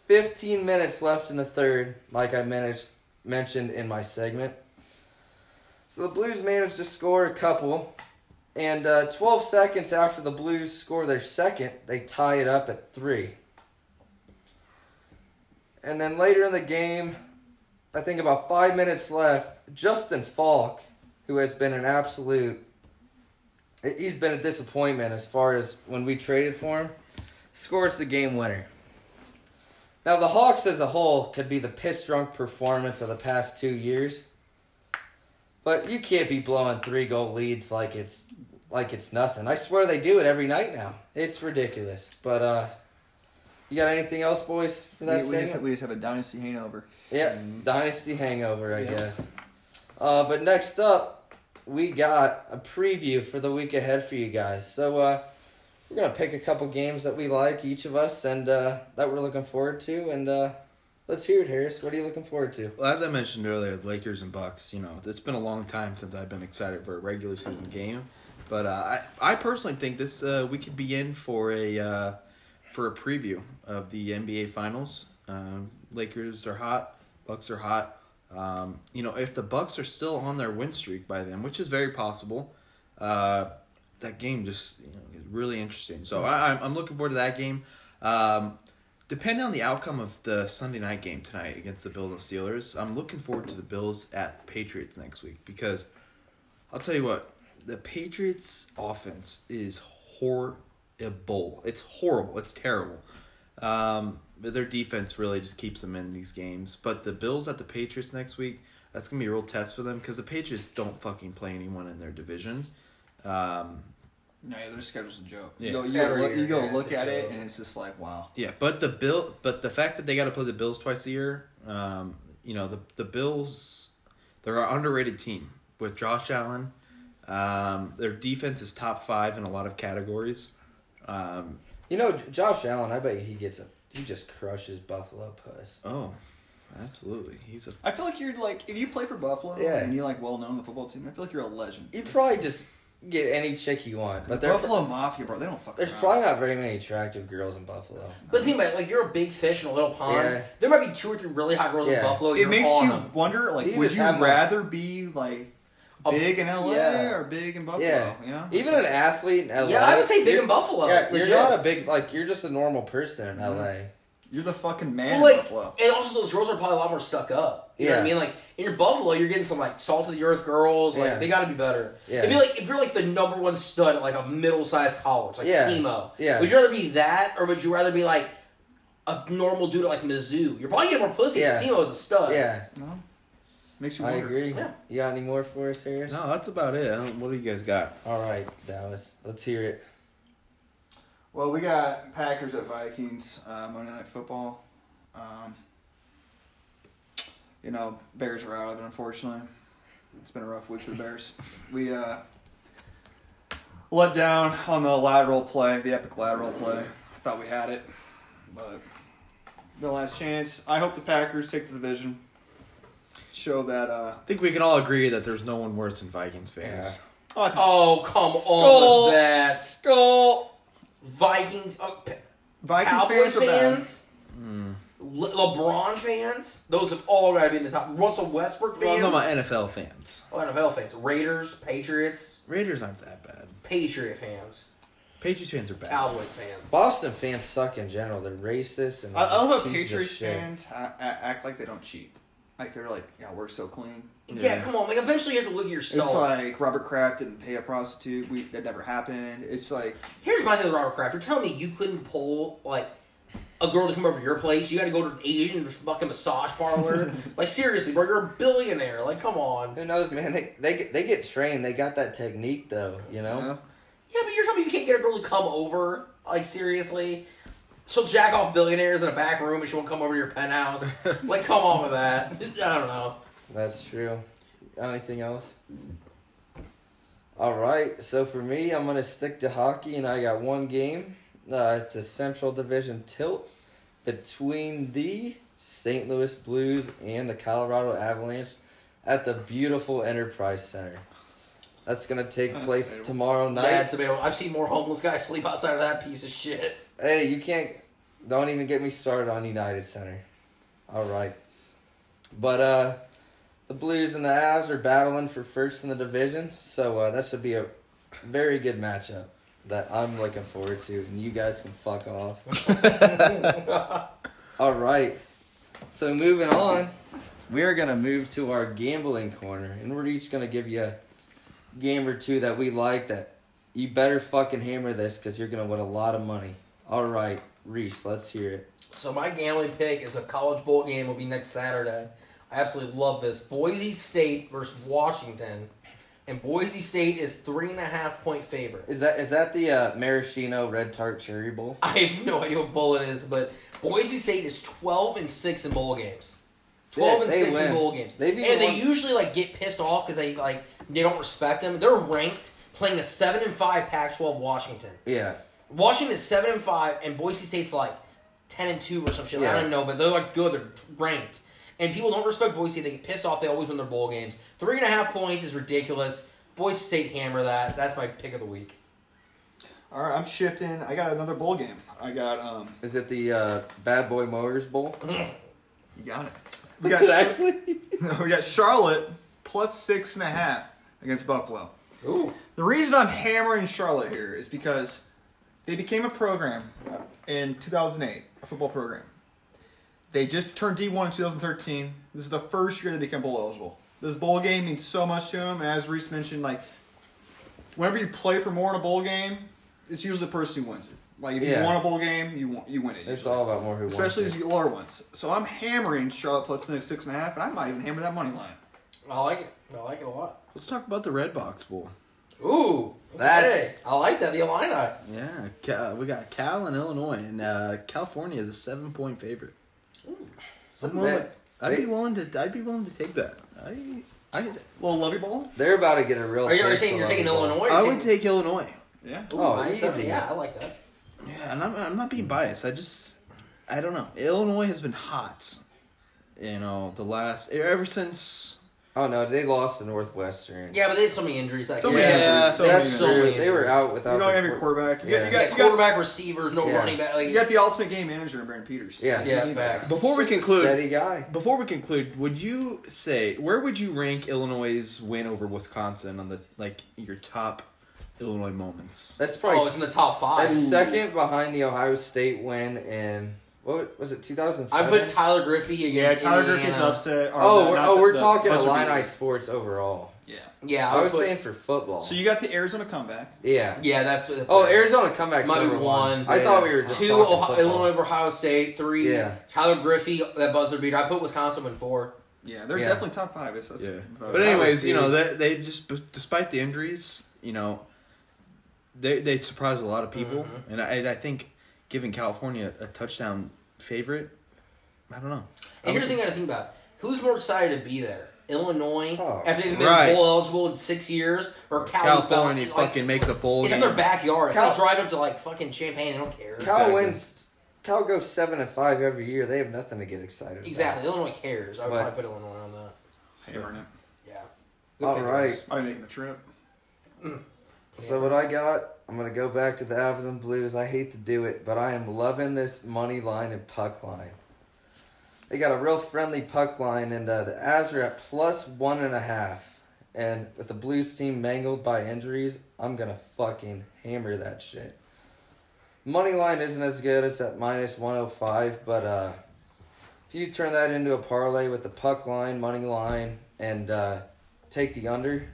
Speaker 1: 15 minutes left in the third, like I managed, mentioned in my segment. So the Blues managed to score a couple. And uh, 12 seconds after the Blues score their second, they tie it up at three. And then later in the game, I think about five minutes left, Justin Falk, who has been an absolute, he's been a disappointment as far as when we traded for him, scores the game winner. Now, the Hawks as a whole could be the piss drunk performance of the past two years. But you can't be blowing three goal leads like it's like it's nothing. I swear they do it every night now. It's ridiculous. But uh you got anything else, boys, for that
Speaker 3: we, we,
Speaker 1: segment?
Speaker 3: just, we just have a dynasty hangover.
Speaker 1: Yeah,
Speaker 3: Mm-hmm.
Speaker 1: Dynasty Hangover, I guess. Uh, but next up, we got a preview for the week ahead for you guys. So uh, we're gonna pick a couple games that we like, each of us, and uh, that we're looking forward to. And uh, let's hear it, Harris. What are you looking forward to?
Speaker 5: Well, as I mentioned earlier, Lakers and Bucks. You know, it's been a long time since I've been excited for a regular season game,
Speaker 4: But uh, I, I personally think this uh, we could be in for a uh, for a preview of the NBA Finals. Um, Lakers are hot, Bucks are hot. Um, you know, if the Bucks are still on their win streak by then, which is very possible, uh, that game just you know, is really interesting. So I, I'm I'm looking forward to that game. Um, depending on the outcome of the Sunday night game tonight against the Bills and Steelers, I'm looking forward to the Bills at Patriots next week because I'll tell you what, the Patriots' offense is horrible. It's horrible. It's terrible. Um, but their defense really just keeps them in these games. But the Bills at the Patriots next week, that's gonna be a real test for them because the Patriots don't fucking play anyone in their division. Um,
Speaker 3: No, yeah, their schedule's a joke.
Speaker 4: Yeah.
Speaker 3: You go, you go,
Speaker 2: Every
Speaker 3: look, you
Speaker 2: year,
Speaker 3: go
Speaker 2: yeah, it's
Speaker 3: look
Speaker 2: a
Speaker 3: at it,
Speaker 2: joke.
Speaker 3: and it's just like, wow.
Speaker 4: Yeah, but the bill, but the fact that they got to play the Bills twice a year, um, you know, the the Bills, they're an underrated team with Josh Allen. Um, their defense is top five in a lot of categories. Um,
Speaker 1: You know, J- Josh Allen. I bet he gets a. He just crushes Buffalo Puss.
Speaker 4: oh, absolutely, he's a
Speaker 3: I feel like you're like if you play for Buffalo
Speaker 1: Yeah.
Speaker 3: and you're like well known on the football team, I feel like you're a legend.
Speaker 1: You probably just get any chick you want, but there,
Speaker 3: Buffalo Mafia, bro, they don't fuck.
Speaker 1: there's
Speaker 3: around.
Speaker 1: probably not very many attractive girls in Buffalo.
Speaker 2: But think about it, like you're a big fish in a little pond.
Speaker 1: Yeah.
Speaker 2: There might be two or three really hot girls in
Speaker 1: Yeah.
Speaker 2: Buffalo.
Speaker 3: It
Speaker 2: you're
Speaker 3: makes
Speaker 2: on
Speaker 3: you
Speaker 2: them.
Speaker 3: wonder, like,
Speaker 1: You
Speaker 3: would
Speaker 1: just
Speaker 3: you
Speaker 1: have, like-
Speaker 3: rather be like
Speaker 2: A-
Speaker 3: big in LA
Speaker 1: Yeah.
Speaker 3: or big in Buffalo?
Speaker 1: Yeah,
Speaker 3: You know,
Speaker 1: even an athlete in LA.
Speaker 2: Yeah, I would say big
Speaker 1: you're-
Speaker 2: in Buffalo.
Speaker 1: Yeah, you're
Speaker 2: legit.
Speaker 1: not a big like. You're just a normal person in LA.
Speaker 3: you're the fucking man
Speaker 2: Well,
Speaker 3: in
Speaker 2: like,
Speaker 3: Buffalo.
Speaker 2: and also those girls are probably a lot more stuck up. You know what I
Speaker 1: Yeah.
Speaker 2: mean? Like, in your Buffalo, you're getting some, like, salt of the earth girls. Like,
Speaker 1: Yeah.
Speaker 2: they gotta be better.
Speaker 1: Yeah.
Speaker 2: If, you're, like, if you're, like, the number one stud at, like, a middle sized college, like,
Speaker 1: Yeah.
Speaker 2: Timo,
Speaker 1: Yeah.
Speaker 2: would you rather be that, or would you rather be, like, a normal dude at, like, Mizzou? You're probably getting more pussy because
Speaker 1: Yeah.
Speaker 2: Timo is a stud.
Speaker 1: Yeah,
Speaker 3: No, makes you
Speaker 1: I
Speaker 3: wonder.
Speaker 1: agree.
Speaker 2: Yeah.
Speaker 1: You got any more for us, Harris?
Speaker 4: no. That's about it. I don't- What do you guys got?
Speaker 1: All right, Dallas. Let's hear it.
Speaker 3: Well, we got Packers at Vikings uh, Monday Night Football. Um, you know, Bears are out of it. Unfortunately, it's been a rough week for the Bears. we uh, let down on the lateral play, the epic lateral play. I thought we had it, but the last chance. I hope the Packers take the division. Show that. Uh,
Speaker 4: I think we can all agree that there's no one worse than Vikings fans.
Speaker 3: oh, I think
Speaker 2: Oh, come on
Speaker 1: Skull.
Speaker 2: with that. Skull. Vikings. Uh, P-
Speaker 3: Vikings
Speaker 2: Cowboys
Speaker 3: fans are bad.
Speaker 2: fans,
Speaker 1: Hmm.
Speaker 2: Le- LeBron fans, those have all got to be in the top. Russell Westbrook
Speaker 4: Well, I'm
Speaker 2: fans,
Speaker 4: talking about NFL fans.
Speaker 2: oh, NFL fans, Raiders, Patriots,
Speaker 4: Raiders aren't that bad.
Speaker 2: Patriot fans,
Speaker 4: Patriots fans are bad.
Speaker 2: Cowboys fans.
Speaker 1: Boston fans suck in general. They're racist and
Speaker 3: I, I love how
Speaker 1: pieces of
Speaker 3: Patriots
Speaker 1: shit.
Speaker 3: fans a- a- act like they don't cheat. Like they're like, yeah, we're so clean.
Speaker 2: Yeah.
Speaker 4: Yeah.
Speaker 2: come on. Like eventually you have to look at yourself.
Speaker 3: It's like Robert Kraft didn't pay a prostitute. We that never happened. It's like
Speaker 2: Here's my thing with Robert Kraft. You're telling me you couldn't pull like a girl to come over to your place. You got to go to an Asian fucking
Speaker 3: [laughs]
Speaker 2: massage parlor. like seriously, bro, you're a billionaire. Like come on.
Speaker 1: Who knows, man? They they get, they get trained. They got that technique, though. You know.
Speaker 3: you know?
Speaker 2: Yeah, but you're telling me you can't get a girl to come over? Like, seriously? She'll jack off billionaires in a back room and she won't come over to
Speaker 3: [laughs]
Speaker 2: your penthouse? like, come on with that. [laughs] I don't know.
Speaker 1: That's true. Anything else? All right. So for me, I'm gonna stick to hockey, and I got one game. Uh, it's a Central Division tilt between the St. Louis Blues and the Colorado Avalanche at the beautiful Enterprise Center. That's gonna take
Speaker 3: That's
Speaker 1: place
Speaker 3: debatable.
Speaker 1: tomorrow night.
Speaker 2: That's debatable. I've seen more homeless guys [laughs] sleep outside of that piece of shit.
Speaker 1: Hey, you can't. Don't even get me started on United Center. All right. But uh, the Blues and the Avs are battling for first in the division, so uh, that should be a very good matchup that I'm looking forward to, and you guys can fuck off. All right. So moving on, we are gonna move to our gambling corner, and we're each gonna give you a game or two that we like that you better fucking hammer this because you're gonna win a lot of money. All right, Reese, let's hear it.
Speaker 2: So, my gambling pick is a college bowl game, will be next Saturday. I absolutely love this. Boise State versus Washington. And Boise State is three and a half point favorite. [laughs]
Speaker 1: Is that is that the uh, maraschino red tart cherry bowl?
Speaker 2: I have no idea what bowl it is, but Boise State is twelve and six in bowl games. Twelve
Speaker 1: Yeah,
Speaker 2: and
Speaker 1: they
Speaker 2: six in
Speaker 1: win.
Speaker 2: bowl games,
Speaker 1: They've
Speaker 2: and
Speaker 1: even
Speaker 2: they
Speaker 1: won-
Speaker 2: usually like get pissed off because they like they don't respect them. They're ranked playing a seven and five Pac-12 Washington.
Speaker 1: Yeah,
Speaker 2: Washington's seven and five, and Boise State's like ten and two or some shit. I
Speaker 1: Yeah.
Speaker 2: don't even know, but they're like good. They're ranked, and people don't respect Boise. They get pissed off. They always win their bowl games. Three and a half points is ridiculous. Boise State hammer that. That's my pick of the week.
Speaker 3: All right, I'm shifting. I got another bowl game. I got um.
Speaker 1: Is it the uh, Bad Boy Mowers Bowl? [laughs]
Speaker 3: [laughs] You got it. We
Speaker 1: Is
Speaker 3: got
Speaker 1: it
Speaker 3: [laughs] Char-
Speaker 1: actually?
Speaker 3: we got Charlotte plus six and a half against Buffalo.
Speaker 2: Ooh.
Speaker 3: The reason I'm hammering Charlotte here is because they became a program in 2008, a football program. They just turned D1 in 2013. This is the first year they became bowl eligible. This bowl game means so much to them. As Reese mentioned, like whenever you play for more in a bowl game, it's usually the person who wins it. Like if
Speaker 1: Yeah.
Speaker 3: you won a bowl game, you won, you win it.
Speaker 1: It's
Speaker 3: usually.
Speaker 1: all about more who
Speaker 3: especially
Speaker 1: wants
Speaker 3: as
Speaker 1: it.
Speaker 3: you lower ones. So I'm hammering Charlotte plus the next six and a half, and I might even hammer that money line.
Speaker 2: I like it. I like it a lot.
Speaker 4: Let's talk about the Red Box Bowl.
Speaker 2: Ooh.
Speaker 1: That's-
Speaker 2: okay. I like that. The Illini.
Speaker 4: Yeah, Ca- uh, we got Cal and Illinois, and uh, California is a seven-point favorite.
Speaker 1: Some
Speaker 4: I'm willing-
Speaker 1: bets.
Speaker 4: I'd
Speaker 1: They-
Speaker 4: be willing to. I'd be willing to take that. I, I,
Speaker 3: Little lovey ball,
Speaker 1: They're about to get a real.
Speaker 2: Are you, are you
Speaker 1: taste
Speaker 2: saying
Speaker 1: of
Speaker 2: you're taking
Speaker 1: Love Bowl.
Speaker 2: Illinois? or
Speaker 4: I
Speaker 2: you're
Speaker 4: would
Speaker 2: taking-
Speaker 4: take Illinois.
Speaker 3: yeah.
Speaker 2: Ooh,
Speaker 1: Oh,
Speaker 2: nice.
Speaker 1: easy.
Speaker 2: Yeah, I like that.
Speaker 4: Yeah, and I'm, I'm not being biased. I just, I don't know. Illinois has been hot. You know, the last e-, ever since.
Speaker 1: Oh no, they lost to Northwestern.
Speaker 2: Yeah, but they had so many injuries. That
Speaker 3: So
Speaker 2: game.
Speaker 3: many
Speaker 4: Yeah,
Speaker 3: injuries, so
Speaker 1: that's
Speaker 3: many
Speaker 2: so
Speaker 1: true.
Speaker 2: many
Speaker 1: They were
Speaker 2: injuries.
Speaker 1: out
Speaker 3: You
Speaker 1: without.
Speaker 3: don't
Speaker 1: their
Speaker 3: have your
Speaker 1: quar-
Speaker 3: quarterback. You,
Speaker 1: Yeah.
Speaker 3: got, you, got,
Speaker 2: Yeah,
Speaker 3: you, got,
Speaker 2: quarterback, receivers, no
Speaker 1: Yeah.
Speaker 2: running back. Like,
Speaker 3: you got the ultimate game manager in Brandon Peters.
Speaker 1: Yeah.
Speaker 2: Yeah,
Speaker 3: You-
Speaker 2: facts.
Speaker 4: Before we
Speaker 1: He's just a
Speaker 4: conclude,
Speaker 1: steady guy.
Speaker 4: Before we conclude, would you say where would you rank Illinois' win over Wisconsin on the like your top Illinois moments?
Speaker 1: That's probably
Speaker 2: oh, it's in the top five.
Speaker 1: that's second behind the Ohio State win in what was it 2007?
Speaker 2: I put Tyler Griffey
Speaker 3: Yeah,
Speaker 2: against
Speaker 3: Tyler
Speaker 2: Indiana.
Speaker 3: Griffey's upset. or
Speaker 1: oh,
Speaker 3: not-
Speaker 1: we're,
Speaker 3: not
Speaker 1: oh,
Speaker 3: the-
Speaker 1: we're
Speaker 3: the
Speaker 1: talking
Speaker 3: buzzer
Speaker 1: Illini
Speaker 3: beater.
Speaker 1: sports overall.
Speaker 3: Yeah.
Speaker 2: Yeah,
Speaker 1: I
Speaker 2: would
Speaker 1: was
Speaker 2: put-
Speaker 1: saying for football.
Speaker 3: So you got the Arizona comeback.
Speaker 1: yeah.
Speaker 2: Yeah, that's what,
Speaker 1: Oh, Arizona comeback's
Speaker 2: might be
Speaker 1: number one.
Speaker 2: one.
Speaker 1: I thought we were just
Speaker 2: two.
Speaker 1: talking
Speaker 2: Ohio,
Speaker 1: football.
Speaker 2: Illinois over Ohio State three.
Speaker 1: Yeah.
Speaker 2: Tyler Griffey that buzzer beater. I put Wisconsin in four.
Speaker 3: Yeah, they're
Speaker 1: Yeah.
Speaker 3: definitely top five. It's, that's
Speaker 4: Yeah,
Speaker 3: about
Speaker 4: but
Speaker 3: it.
Speaker 4: anyways, you know
Speaker 1: Obviously,
Speaker 4: they they just b- despite the injuries, you know, they they surprised a lot of people, and I and I think giving California a touchdown favorite, I don't know.
Speaker 2: And here's the thing I gotta think about: who's more excited to be there? Illinois,
Speaker 1: Oh,
Speaker 2: after they've been
Speaker 4: right.
Speaker 2: bowl eligible in six years, or California?
Speaker 4: California
Speaker 2: like,
Speaker 4: fucking makes a bowl.
Speaker 2: It's in
Speaker 4: game.
Speaker 2: their backyard. It's
Speaker 1: Cal-
Speaker 2: not drive up to like fucking Champagne. They don't care.
Speaker 1: Cal
Speaker 4: Exactly.
Speaker 1: wins. Cal goes seven and five every year. They have nothing to get excited about.
Speaker 2: exactly. Illinois cares. I would
Speaker 1: But-
Speaker 2: probably put Illinois on that.
Speaker 3: Hammering it.
Speaker 2: Yeah. Good
Speaker 1: All
Speaker 2: pick,
Speaker 1: right.
Speaker 2: guys.
Speaker 3: Might be making the trip.
Speaker 1: So what I got, I'm gonna go back to the Avalon Blues. I hate to do it, but I am loving this money line and puck line. They got a real friendly puck line, and uh, the Avs are at plus one and a half. And with the Blues team mangled by injuries, I'm gonna fucking hammer that shit. Money line isn't as good; it's at minus one hundred five. But uh, if you turn that into a parlay with the puck line, money line, and uh, take the under,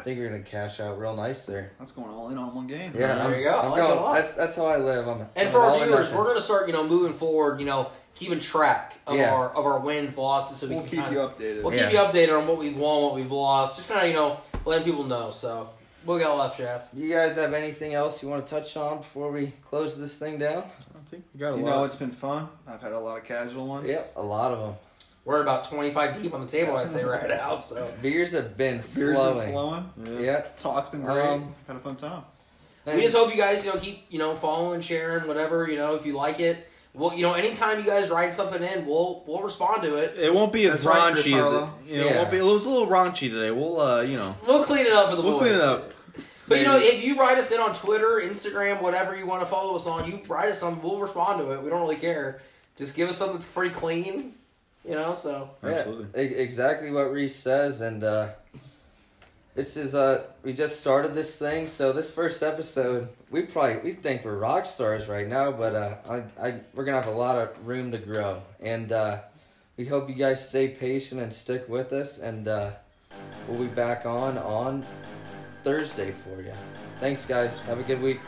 Speaker 1: I think you're gonna cash out real nice there.
Speaker 3: That's going all in on one game.
Speaker 1: Yeah,
Speaker 2: There
Speaker 1: I'm-
Speaker 2: you go. I
Speaker 1: I'm
Speaker 2: like it a
Speaker 1: going-
Speaker 2: lot.
Speaker 1: That's that's how I live. I'm
Speaker 2: And
Speaker 1: I'm
Speaker 2: for
Speaker 1: all
Speaker 2: our
Speaker 1: or
Speaker 2: viewers,
Speaker 1: nothing.
Speaker 2: we're going to start, you know, moving forward, you know, keeping track of
Speaker 1: Yeah.
Speaker 2: our of our wins, losses, so we
Speaker 3: We'll
Speaker 2: can
Speaker 3: keep
Speaker 2: kinda-
Speaker 3: you updated.
Speaker 2: We'll
Speaker 1: Yeah.
Speaker 2: keep you updated on what we've won, what we've lost. Just kind of, you know, letting people know. So, what we got left, Chef?
Speaker 1: Do you guys have anything else you want to touch on before we close this thing down?
Speaker 4: I think we got a
Speaker 3: You
Speaker 4: lot.
Speaker 3: know, it's been fun. I've had a lot of casual ones.
Speaker 1: a lot of them.
Speaker 2: We're at about 25 deep on the
Speaker 4: [laughs]
Speaker 2: table, I'd say, right now. So,
Speaker 1: Beers have been
Speaker 3: Beer's
Speaker 1: flowing.
Speaker 3: been flowing.
Speaker 1: Yep.
Speaker 3: Talk's been great.
Speaker 1: Um,
Speaker 3: had a fun time.
Speaker 2: we just hope you guys, you know, keep, you know, following, sharing, whatever, you know, if you like it. Well, you know, anytime you guys write something in, we'll we'll respond to it.
Speaker 4: it won't be as
Speaker 3: That's right, Chris
Speaker 4: raunchy as
Speaker 3: Harlow.
Speaker 4: it. You know, it
Speaker 1: Yeah.
Speaker 4: won't be. It was a little raunchy today. We'll uh, you know,
Speaker 2: We'll clean it up for the
Speaker 4: we'll
Speaker 2: boys.
Speaker 4: clean it up.
Speaker 2: But you know,
Speaker 4: Maybe.
Speaker 2: if you write us in on Twitter, Instagram, whatever you want to follow us on, you write us on. We'll respond to it. We don't really care. Just give us something that's pretty clean, you know. So
Speaker 4: Absolutely.
Speaker 1: Yeah, e- exactly what Reese says, and uh, this is uh, we just started this thing, so this first episode, we probably we think we're rock stars right now, but uh, I, I we're gonna have a lot of room to grow, and uh, we hope you guys stay patient and stick with us, and uh, we'll be back on on Thursday for you. Thanks, guys. Have a good week.